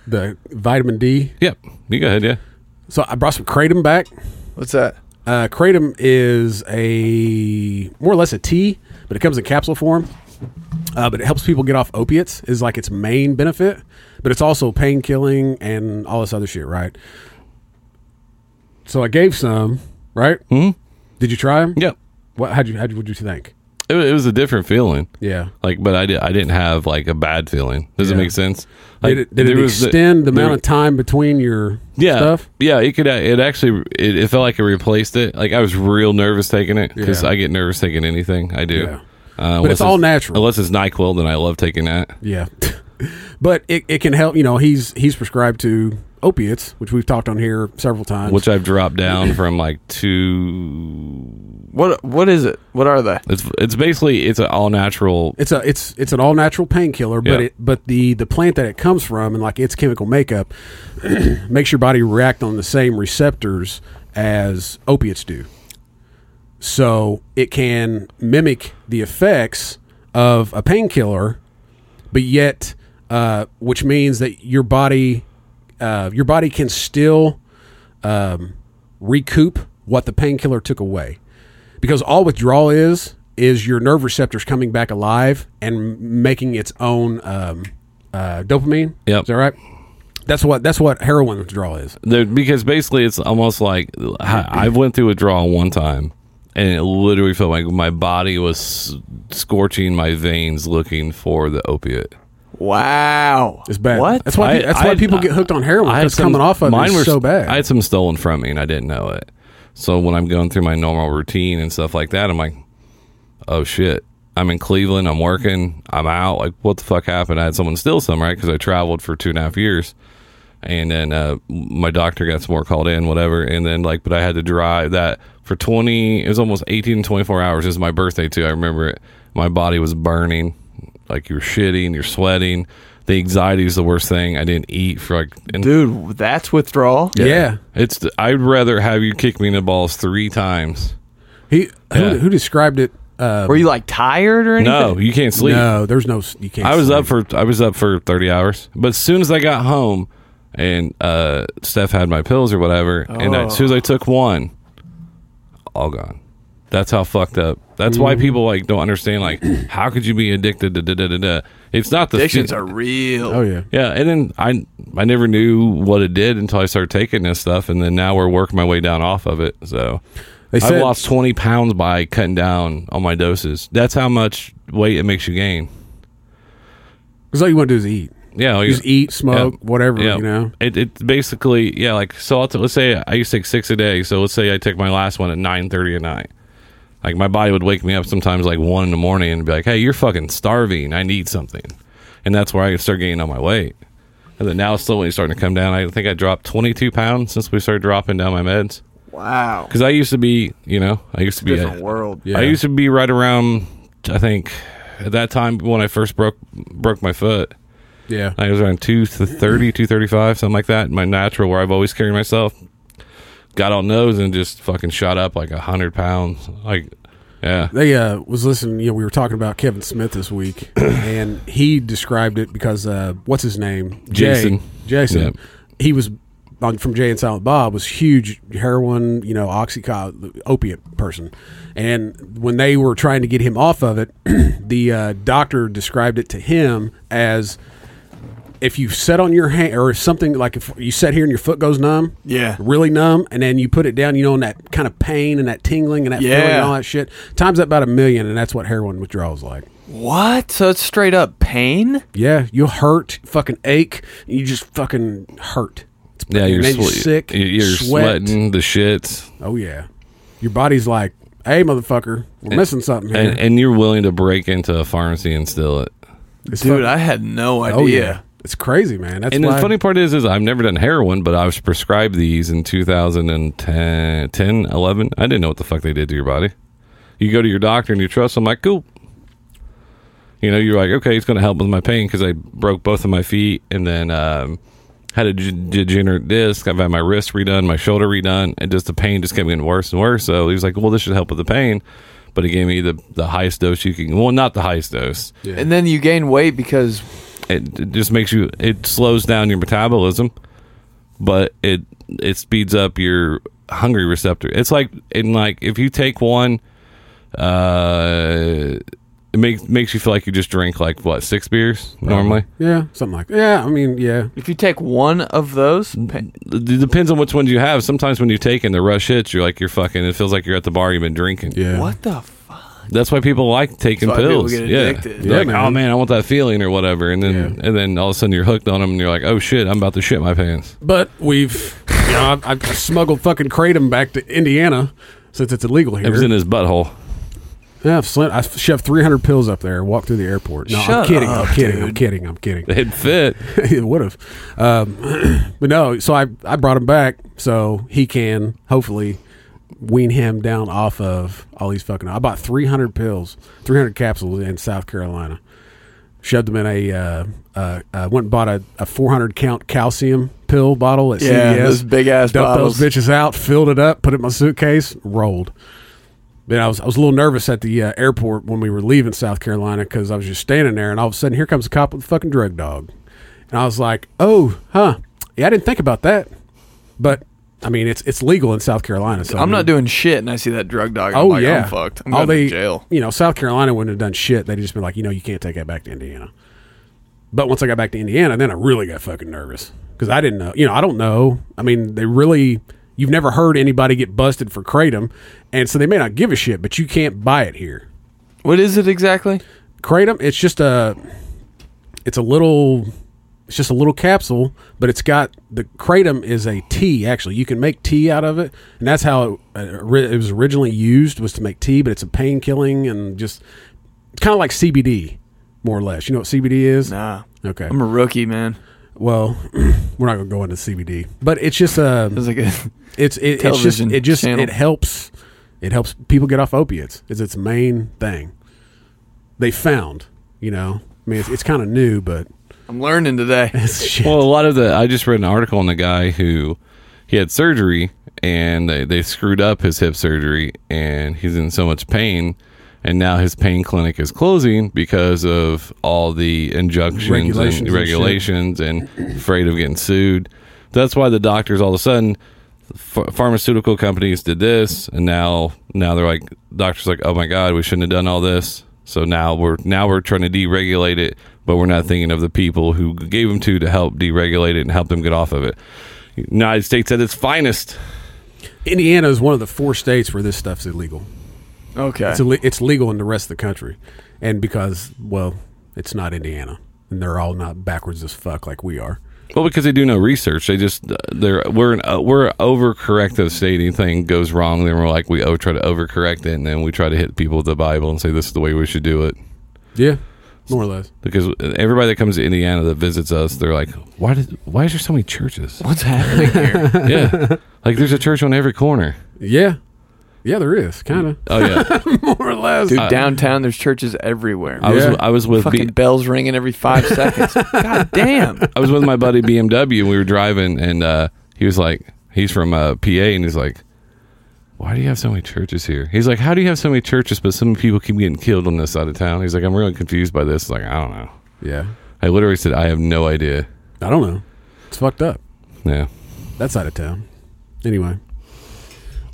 the vitamin D. Yep, you go ahead. Yeah, So I brought some kratom back. What's that? Uh, kratom is a more or less a tea, but it comes in capsule form. Uh, but it helps people get off opiates is like its main benefit, but it's also pain killing and all this other shit, right? So I gave some, right? Mm-hmm. Did you try them? yep. What? How'd you? How'd you? What'd you think? It, wa- it was a different feeling. Yeah. Like, but I, di- I didn't have like a bad feeling. Does it Yeah. make sense? Like, Did it, did there it was extend the, there- amount of time between your yeah, stuff? Yeah, it could. It actually. It, it felt like it replaced it. Like I was real nervous taking it because Yeah. I get nervous taking anything. I do. Yeah. Uh, But it's unless all natural. Unless it's Nyquil, then I love taking that. Yeah. [laughs] but it, it can help, you know, he's he's prescribed to opiates, which we've talked on here several times. Which I've dropped [clears throat] down from like two. What what is it? What are they? It's it's basically it's an all natural. it's a it's it's an all natural painkiller, but Yeah. it but the the plant that it comes from and like its chemical makeup [clears throat] makes your body react on the same receptors as opiates do. So it can mimic the effects of a painkiller, but yet, uh, which means that your body uh, your body can still um, recoup what the painkiller took away because all withdrawal is is your nerve receptors coming back alive and m- making its own um, uh, dopamine. Yep. is that right? That's what that's what heroin withdrawal is. There, because basically it's almost like I I went through withdrawal one time, and it literally felt like my body was scorching my veins looking for the opiate. Wow. It's bad. What? That's why. I- that's why I- people get hooked on heroin. I had Because some- coming off of it is were- so bad. I had some stolen from me, and I didn't know it. So when I'm going through my normal routine and stuff like that, I'm like, oh shit. I'm in Cleveland. I'm working. I'm out. Like, what the fuck happened? I had someone steal some, right? Because I traveled for two and a half years, and then uh, my doctor got some more called in, whatever. And then like, but I had to drive that for twenty. It was almost 18 to 24 hours. It was my birthday too. I remember it. My body was burning. Like you're shitting. You're sweating. The anxiety is the worst thing. I didn't eat for like and Dude, that's withdrawal. yeah. it's. I'd rather have you kick me in the balls three times. He who, Yeah. who described it? Uh, Were you like tired or anything? No, you can't sleep. no, there's no. s- You can't. I was sleep. up for I was up for thirty hours. But as soon as I got home, and uh, Steph had my pills or whatever, and I, as Oh. soon as I took one, all gone. That's how fucked up. That's why people like don't [clears throat] understand. Like, how could you be addicted to da da da da? It's not the Addictions fe- are real. Oh yeah. Yeah, and then I I never knew what it did until I started taking this stuff, and then now we're working my way down off of it. So They I've said- lost twenty pounds by cutting down on my doses. That's how much weight it makes you gain. Because all you want to do is eat. Yeah, like- You just eat, smoke, Yeah. whatever. Yeah. You know. It, it basically yeah like so I'll t- let's say I used to take six a day. So let's say I take my last one at nine thirty at night. Like my body would wake me up sometimes like one in the morning and be like, hey, you're fucking starving. I need something, and that's where I could start gaining on my weight. And then now it's slowly starting to come down. I think I dropped twenty two pounds since we started dropping down my meds. Wow. Because I used to be you know I used to be Different a- world. Yeah. I used to be right around I think at that time when I first broke broke my foot. Yeah. I was around 230, 235, something like that. My natural, where I've always carried myself, got on those and just fucking shot up like a hundred pounds. Like, yeah, They uh, was listening. You know, we were talking about Kevin Smith this week, [clears throat] and he described it because uh, what's his name? Jason. Jason. Yep. He was on, from Jay and Silent Bob was huge heroin, you know, oxycod opiate person, and when they were trying to get him off of it, [clears throat] the uh, doctor described it to him as if you set on your hand or if something like if you sit here and your foot goes numb, Yeah. really numb, and then you put it down, you know, and that kind of pain and that tingling and that feeling and Yeah. all that shit. Times that about a million, and that's what heroin withdrawal is like. What? So it's straight up pain? Yeah, you'll hurt, fucking ache, and you just fucking hurt. It's- yeah. You're, and then swe- sick. You're, you're sweat. sweating the shits, Oh yeah, your body's like, hey, motherfucker, we're missing something here. and, and you're willing to break into a pharmacy and steal it. It's Dude, fuck- I had no idea. oh yeah, it's crazy, man. That's And why, the funny part is, is I've never done heroin, but I was prescribed these in 2010, 10, 11. I didn't know what the fuck they did to your body. You go to your doctor and you trust them, like, cool. You know, you're like, okay, it's going to help with my pain because I broke both of my feet and then um, had a g- degenerate disc. I've had my wrist redone, my shoulder redone, and just the pain just kept getting worse and worse. So he was like, well, this should help with the pain. But he gave me the, the highest dose you can, well, not the highest dose And then you gain weight because it, it just makes you it slows down your metabolism but it it speeds up your hungry receptor it's like in like if you take one uh it makes makes you feel like you just drink like what six beers normally Uh-huh. yeah, something like yeah. I mean, yeah, if you take one of those, Mm. pain, it depends on which ones you have sometimes when you're taking the rush hits you're like you're fucking it feels like you're at the bar you've been drinking yeah. what the fuck? That's why people like taking That's why people pills. get yeah. addicted. They're Yeah, like, man. oh man, I want that feeling or whatever, and then and then all of a sudden you're hooked on them, and you're like, oh shit, I'm about to shit my pants. But we've, you know, I've, I've smuggled fucking kratom back to Indiana since it's illegal here. It was in his butthole. yeah, I've slid, I shoved 300 pills up there, walked through the airport. No, I'm Shut kidding. up, I'm kidding. I'm kidding. I'm kidding. [laughs] [laughs] It fit. it would have. Um, [clears throat] but no, so I, I brought him back so he can hopefully wean him down off of all these fucking. I bought 300 pills, 300 capsules in South Carolina. Shoved them in a, uh, uh, uh, went and bought a, a 400 count calcium pill bottle at Yeah, CVS. those big-ass Dumped bottles. those bitches out, filled it up, put it in my suitcase, rolled. Then I was I was a little nervous at the uh, airport when we were leaving South Carolina because I was just standing there and all of a sudden here comes a cop with a fucking drug dog, and I was like, oh, huh, yeah, I didn't think about that, but I mean it's it's legal in South Carolina, so I I'm mean- not doing shit, and I see that drug dog. and I'm Oh like, yeah, I'm fucked. I'm All going they- to jail. You know, South Carolina wouldn't have done shit. They'd just been like, you know, you can't take that back to Indiana. But once I got back to Indiana, then I really got fucking nervous because I didn't know. You know, I don't know. I mean, they really. You've never heard anybody get busted for kratom, and so they may not give a shit, but you can't buy it here. What is it exactly? Kratom, it's just a, it's a little, it's just a little capsule, but it's got the kratom is a tea. Actually, you can make tea out of it, and that's how it, uh, ori- it was originally used was to make tea. But it's a pain killing and just it's kind of like CBD, more or less. You know what CBD is? Nah, Okay. I'm a rookie, man. Well, [clears throat] we're not gonna go into CBD, but it's just um, a. It was like a, [laughs] It's it, it's just television it just channel. it helps it helps people get off opiates. Is its main thing. They found, you know. I mean, it's, it's kind of new, but [laughs] I'm learning today. it's shit. Well, a lot of the I just read an article on a guy who he had surgery and they, they screwed up his hip surgery and he's in so much pain and now his pain clinic is closing because of all the injunctions Regulations and and shit. regulations and, afraid of getting sued. That's why the doctors all of a sudden ph- pharmaceutical companies did this and now now they're like doctors like oh my god we shouldn't have done all this so now we're now we're trying to deregulate it but we're not thinking of the people who gave them to to help deregulate it and help them get off of it united states at its finest Indiana is one of the four states where this stuff's illegal. Okay. It's Ill- it's legal in the rest of the country, and because well, it's not Indiana, and they're all not backwards as fuck like we are. well because they do no research they just they're we're an, uh, we're overcorrective state anything goes wrong then we're like we oh, try to overcorrect it and then we try to hit people with the bible and say this is the way we should do it Yeah, more or less. because everybody that comes to Indiana that visits us, they're like, "Why did? Why is there so many churches?" [laughs] What's happening here? yeah, like there's a church on every corner. Yeah, yeah, there is kind of Oh yeah, [laughs] more or less. Dude, downtown there's churches everywhere. I was Yeah. I was with Fucking B- bells ringing every [laughs] five seconds. God damn. I was with my buddy BMW. and We were driving, and uh, he was like, he's from uh, PA, and he's like, "Why do you have so many churches here?" He's like, "How do you have so many churches, but so many people keep getting killed on this side of town?" He's like, "I'm really confused by this." Like, I don't know. Yeah, I literally said, "I have no idea." I don't know. It's fucked up. Yeah. that side of town. Anyway,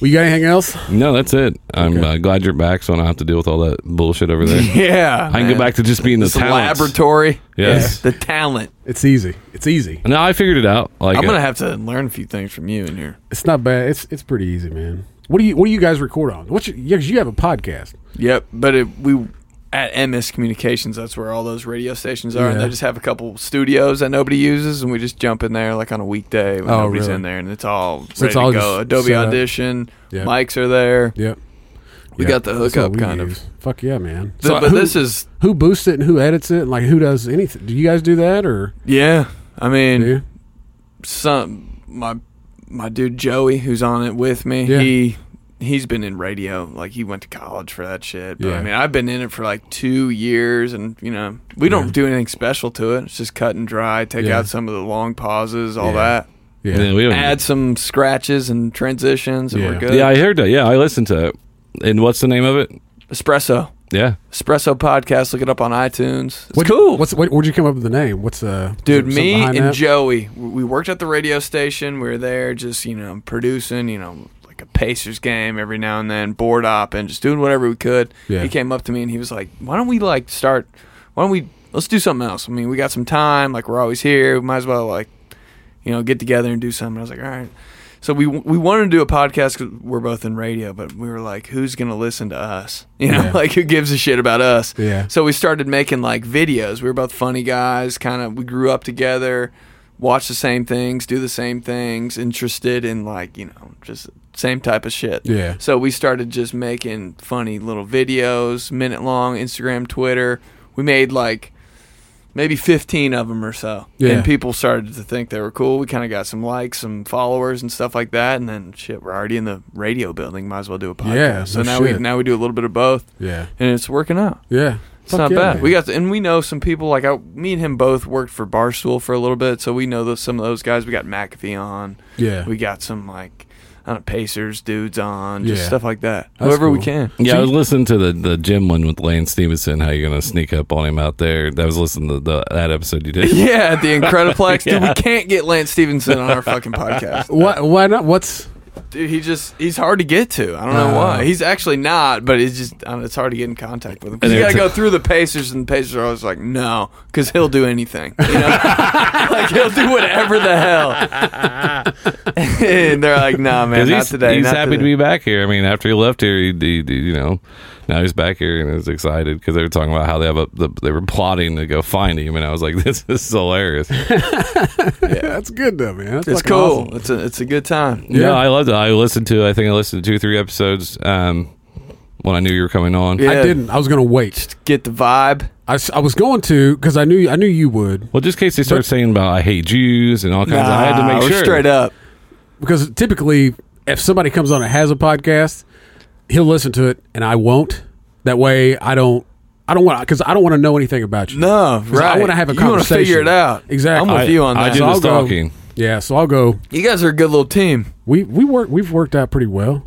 well, you got anything else? No, that's it. I'm uh, glad you're back, so I don't have to deal with all that bullshit over [laughs] there. Yeah. I can go back to just being the the talents. laboratory. Yes. Yeah, The talent. It's easy. It's easy. No, I figured it out. Like I'm uh, going to have to learn a few things from you in here. It's not bad. It's it's pretty easy, man. What do you What do you guys record on? What's your, yeah, 'cause you have a podcast. Yep, but it, we at MS Communications, that's where all those radio stations are, and Yeah. they just have a couple studios that nobody uoses, and we just jump in there like on a weekday when Oh, nobody's really? in there, and it's all So so it's ready all to just go. Adobe set up. Audition, Yeah. mics are there. Yep, We Yep. got the That's what hookup we kind of. use. Fuck yeah, man. So, but who, this is who boosts it and who edits it and like who does anything? Do you guys do that or yeah. I mean, do you? some my my dude Joey who's on it with me. Yeah. He he's been in radio. Like he went to college for that shit. But Yeah. I mean, I've been in it for like 2 years and you know, we don't do anything special to it. It's just cut and dry, take Yeah. out some of the long pauses, all Yeah. Yeah. yeah, we don't- that. Add some scratches and transitions and Yeah. we're good. yeah, I heard that. Yeah, I listened to it. And what's the name of it? Espresso. Yeah, Espresso podcast, look it up on iTunes. It's What- cool. What's what, where'd you come up with the name? What's uh Dude, something me behind and that? Joey, we we worked at the radio station. We were there just, you know, producing, you know, like a Pacers game every now and then, board op and just doing whatever we could. Yeah. He came up to me and he was like, why don't we, like, start, why don't we, let's do something else. I mean, we got some time. Like, we're always here. We might as well, like, you know, get together and do something. I was like, all right. So we we wanted to do a podcast because we're both in radio, but we were like, who's gonna listen to us? [laughs] You know, Yeah. like who gives a shit about us? Yeah. So we started making like videos. We were both funny guys. Kind of we grew up together, watched the same things, do the same things, interested in like you know just same type of shit. Yeah. So we started just making funny little videos, minute long, Instagram, Twitter. We made like maybe 15 of them or so. Yeah. And people started to think they were cool. We kind of got some likes, some followers and stuff like that. And then shit, we're already in the radio building. Might as well do a podcast. Yeah, so no now we shit. now we do a little bit of both. Yeah. And it's working out. Yeah. It's not bad. We got and we know some people like I, me and him both worked for Barstool for a little bit, so we know those, some of those guys. We got McAfee on. Yeah. We got some like I don't know, Pacers dudes on, just Yeah. stuff like that. That's Whoever we cool. can. [laughs] Yeah, I was listening to the the gym one with Lane Stevenson. How you gonna sneak up on him out there? I was listening to the, that episode you [laughs] did. [laughs] Yeah, at the Incrediplex. Dude, we can't get Lance Stevenson on our fucking podcast. Why, why not? What's [laughs] Dude, he just he's hard to get to. I don't know Uh. why. He's actually not, but it's just I don't know, it's hard to get in contact with him. 'Cause And you got it's to a- go through the Pacers, and the Pacers are always like, no, because he'll do anything. You know? [laughs] like he'll do whatever the hell. [laughs] and they're like, nah, man, Because not he's, today. he's not happy to today." be back here. I mean, after he left here, he, he, he- you know, now he's back here and is excited because they were talking about how they have a, the, they were plotting to go find him, and I was like, [laughs] this is hilarious. yeah? That's good though, man. That's It's fucking cool. awesome. It's a it's a good time. yeah, Yeah. I loved it. I listened to, I think I listened to two, three episodes um, when I knew you were coming on. Yeah. I didn't. I was gonna wait. Get the vibe. I, s- I was going to because I knew I knew you would Well, just in case they start saying about I hate Jews and all kinds, of, I had to Nah, make we're sure. straight up. because typically if somebody comes on and has a podcast, he'll listen to it and I won't. That way I don't. I don't want because I don't want to know anything about you. No, 'Cause right. I want to have a You wanna conversation. figure it out. Exactly. I'm with you on I that. do So the I'll go- stalking. Yeah, so I'll go. You guys are a good little team. We we work. We've worked out pretty well.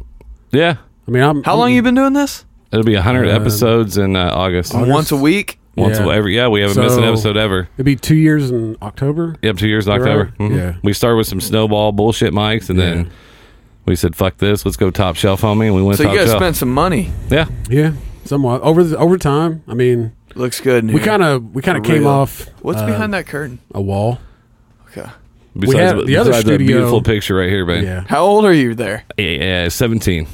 Yeah, I mean, I'm. How long Mm. you been doing this? it'll be hundred Um, episodes in uh, August. Once a week. Once Oh, Yeah. a- every yeah, we haven't missed an So- episode ever. It'd be two years in October. Yep, two years in Right. October. Mhm. Yeah. We started with some snowball bullshit mics, and Yeah. then we said, "Fuck this, let's go top shelf, homie." And we went So top you guys shelf. spent some money. yeah, Yeah, somewhat over the, over time. I mean, Looks good. we um, kind of we kind of For real. came off. uh, What's behind that curtain? a wall? Okay. besides, had the other besides that studio- beautiful picture right here, man. Yeah, How old are you there? Yeah, yeah, seventeen.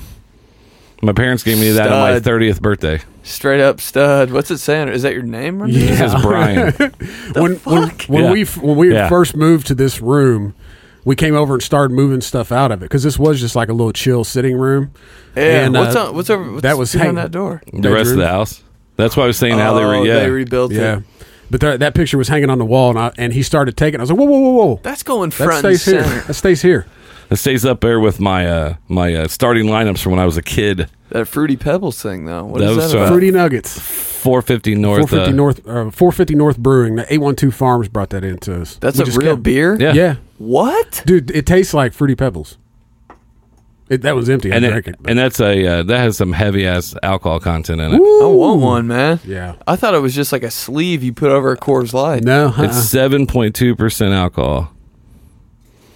My parents gave me that on my Stud. thirtieth birthday. Straight up stud. What's it saying? Is that your name? Right Yeah. there? [laughs] This is Brian. when when, when Yeah. we f- when we Yeah. first moved to this room, we came over and started moving stuff out of it because this was just like a little chill sitting room. Yeah. And, what's uh, up? What's over? What's that was hang- behind that door? the rest of the house. That's why I was saying how they Oh, were. Yeah, they rebuilt Yeah, it. but that that picture was hanging on the wall, and I, and he started taking. it. I was like, whoa, whoa, whoa, whoa. That's going That front and stays here. center. That stays here. it stays up there with my uh, my uh, starting lineups from when I was a kid. That fruity pebbles thing though. What That is was that? Uh, About? Fruity Nuggets. Four fifty north. 450 uh, North, uh, 450 North Brewing. The 812 Farms brought that into us. That's We a just real kept- beer. Yeah. Yeah, What? dude, it tastes like fruity pebbles. It, that was empty. I and drank it, it. but- and that's a uh, that has some heavy ass alcohol content in it. I want one, man. yeah, I thought it was just like a sleeve you put over a Coors Light. no, uh-uh. It's seven point two percent alcohol.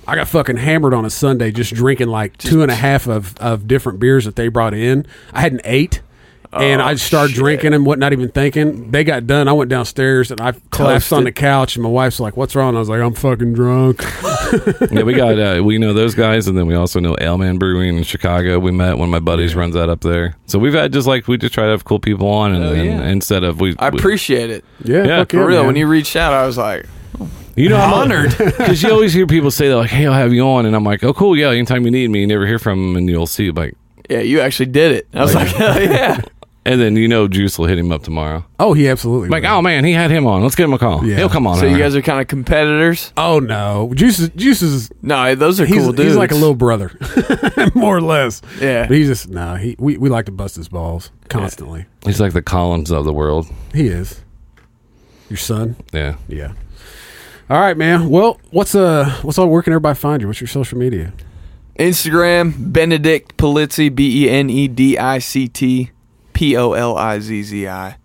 I got fucking hammered on a Sunday just drinking like two and a half of of different beers that they brought in. I had an eight. And Oh, I started drinking and what, not even thinking. They got done. I went downstairs and I collapsed on Toasted. the couch. And my wife's like, "What's wrong?" I was like, "I'm fucking [laughs] drunk." yeah, we got uh, we know those guys, and then we also know Elman Brewing in Chicago. We met one of my buddies runs that up there, so we've had just like we just try to have cool people on, and, and Oh, yeah. instead of we, I appreciate it. Yeah, Yeah, fuck for yeah, For real, man. when you reached out, I was like, "Oh." you know I'm [laughs] honored because you always hear people say they're like, hey, I'll have you on, and I'm like, oh cool, yeah, anytime you need me, you never hear from him, and you'll see like, [laughs] yeah, you actually did it. I was like, [laughs] hell yeah. and then you know Juice will hit him up tomorrow, oh, he absolutely like would. oh man, he had him on, let's give him a call, Yeah. he'll come on. So you over." guys are kind of competitors. Oh no, Juice is Juice is No, those are he's, cool dudes. he's like a little brother, [laughs] more or less. Yeah. but he's just nah. He we, we like to bust his balls constantly. he's like the Collins of the world, He is your son. yeah. Yeah. All right, man. Well, what's uh what's all working? Everybody find you. What's your social media? Instagram, Benedict Polizzi, B E N E D I C T P O L I Z Z I.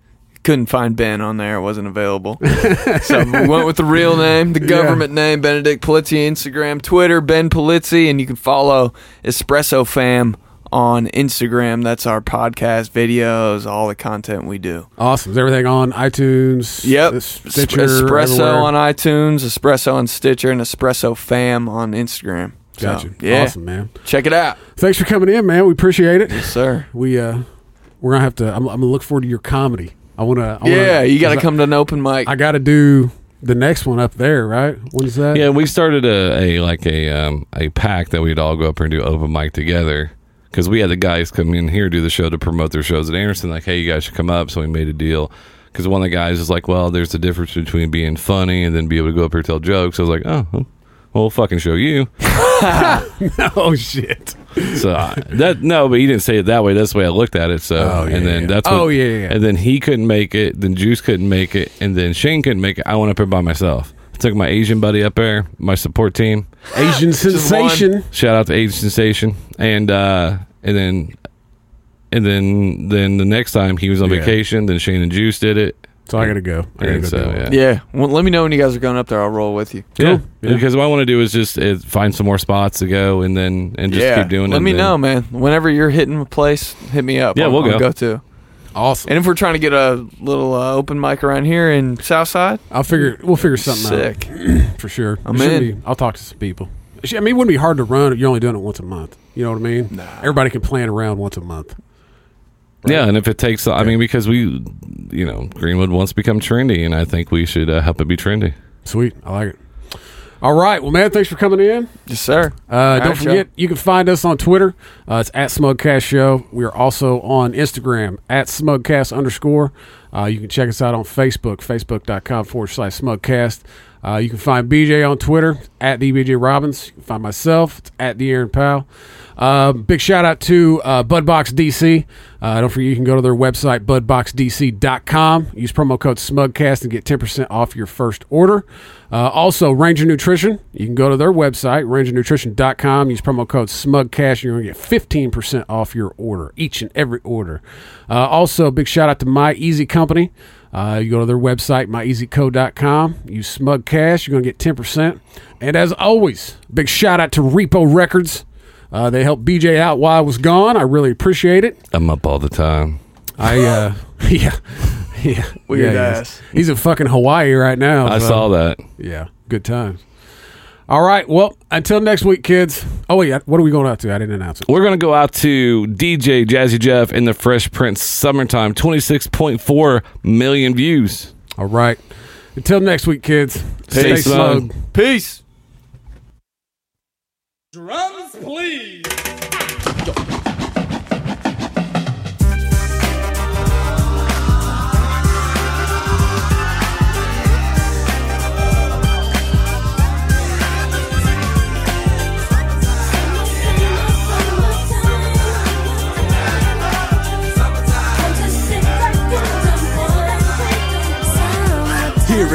Couldn't find Ben on there, it wasn't available. [laughs] so we went with the real name, the government name, Benedict Polizzi, Instagram, Twitter, Ben Polizzi, and you can follow Espresso Fam on Instagram. That's our podcast, videos, all the content we do. Awesome. Is everything on iTunes? Yep. S- Stitcher. Espresso everywhere? on iTunes, Espresso on Stitcher, and Espresso Fam on Instagram. Gotcha. Yeah. Awesome, man. Check it out. Thanks for coming in, man. We appreciate it. Sir. We uh, we're gonna have to. I'm, I'm gonna look forward to your comedy. I wanna. I wanna Yeah, you got to 'cause come to an open mic. I, I gotta do the next one up there, right? When's that? Yeah, we started a, a like a um, a pack that we'd all go up and do open mic together because we had the guys come in here do the show to promote their shows at Anderson. Like, hey, you guys should come up. So we made a deal because one of the guys is like, well, there's a difference between being funny and then be able to go up here and tell jokes. I was like, oh. well, We'll fucking show you. [laughs] oh shit. So I- that no, but he didn't say it that way. That's the way I looked at it. So Oh, yeah, and then yeah. that's Oh, yeah, yeah, yeah. And then he couldn't make it. Then Juice couldn't make it. And then Shane couldn't make it. I went up there by myself. I took my Asian buddy up there, my support team. Asian one. sensation. Shout out to Age Sensation, and uh, and then and then then the next time he was on Yeah. vacation. Then Shane and Juice did it. So I gotta go. I gotta And go. so, do one. yeah. yeah. Well, let me know when you guys are going up there. I'll roll with you. Yeah. Cool. Yeah. because what I want to do is just uh, find some more spots to go, and then and just keep doing. it. Let and me then- know, man. Whenever you're hitting a place, hit me up. Yeah, I'll, we'll I'll go. go too. Awesome. And if we're trying to get a little uh, open mic around here in Southside, I'll figure. We'll figure something sick. out for sure. I'm It shouldn't in. be- I'll talk to some people. It should- I mean, it wouldn't be hard to run. if You're only doing it once a month. You know what I mean? Nah. Everybody can plan around once a month. Yeah, and if it takes, I mean, because we, you know, Greenwood wants to become trendy, and I think we should uh, help it be trendy. Sweet. I like it. All right. Well, man, thanks for coming in. Yes, sir. Uh, All don't right, forget, you can find us on Twitter. Uh, it's at Smugcast Show. We are also on Instagram at Smugcast underscore. Uh, you can check us out on Facebook, facebook.com forward slash Smugcast. Uh, you can find BJ on Twitter at DBJ Robbins. You can find myself it's at the Aaron Powell. Uh, big shout out to uh, Budbox DC. Uh, don't forget, you can go to their website, budboxdc.com. Use promo code SMUGCAST and get 10% off your first order. Uh, also, Ranger Nutrition. You can go to their website, rangernutrition.com. Use promo code SMUGCAST and you're going to get 15% off your order, each and every order. Uh, also, big shout out to My Easy Company. Uh, you go to their website, myeasyco.com. Use SMUGCAST. You're going to get 10%. And as always, big shout out to Repo Records. Uh, they helped BJ out while I was gone. I really appreciate it. I'm up all the time. I uh, [laughs] yeah, yeah, Weird yeah, he is. ass. He's in fucking Hawaii right now. I so- saw that. Yeah, good times. All right. Well, until next week, kids. Oh wait, what are we going out to? I didn't announce it. We're gonna go out to DJ Jazzy Jeff in the Fresh Prince Summertime. Twenty six point four million views. All right. Until next week, kids. Stay smug. Peace. Here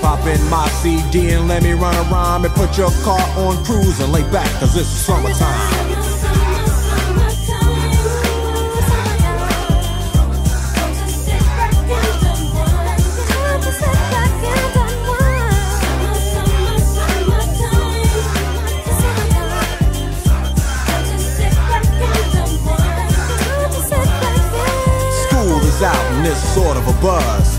Pop in my CD and let me run a rhyme and put your car on cruise and lay back, cause it's summertime. School is out and it's sort of a buzz.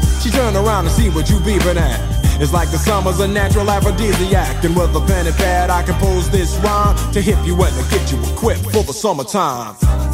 She turn around and see what you beeping at. It's like the summer's a natural aphrodisiac. And with a pen and pad, I compose this rhyme to hip you and to get you equipped for the summertime.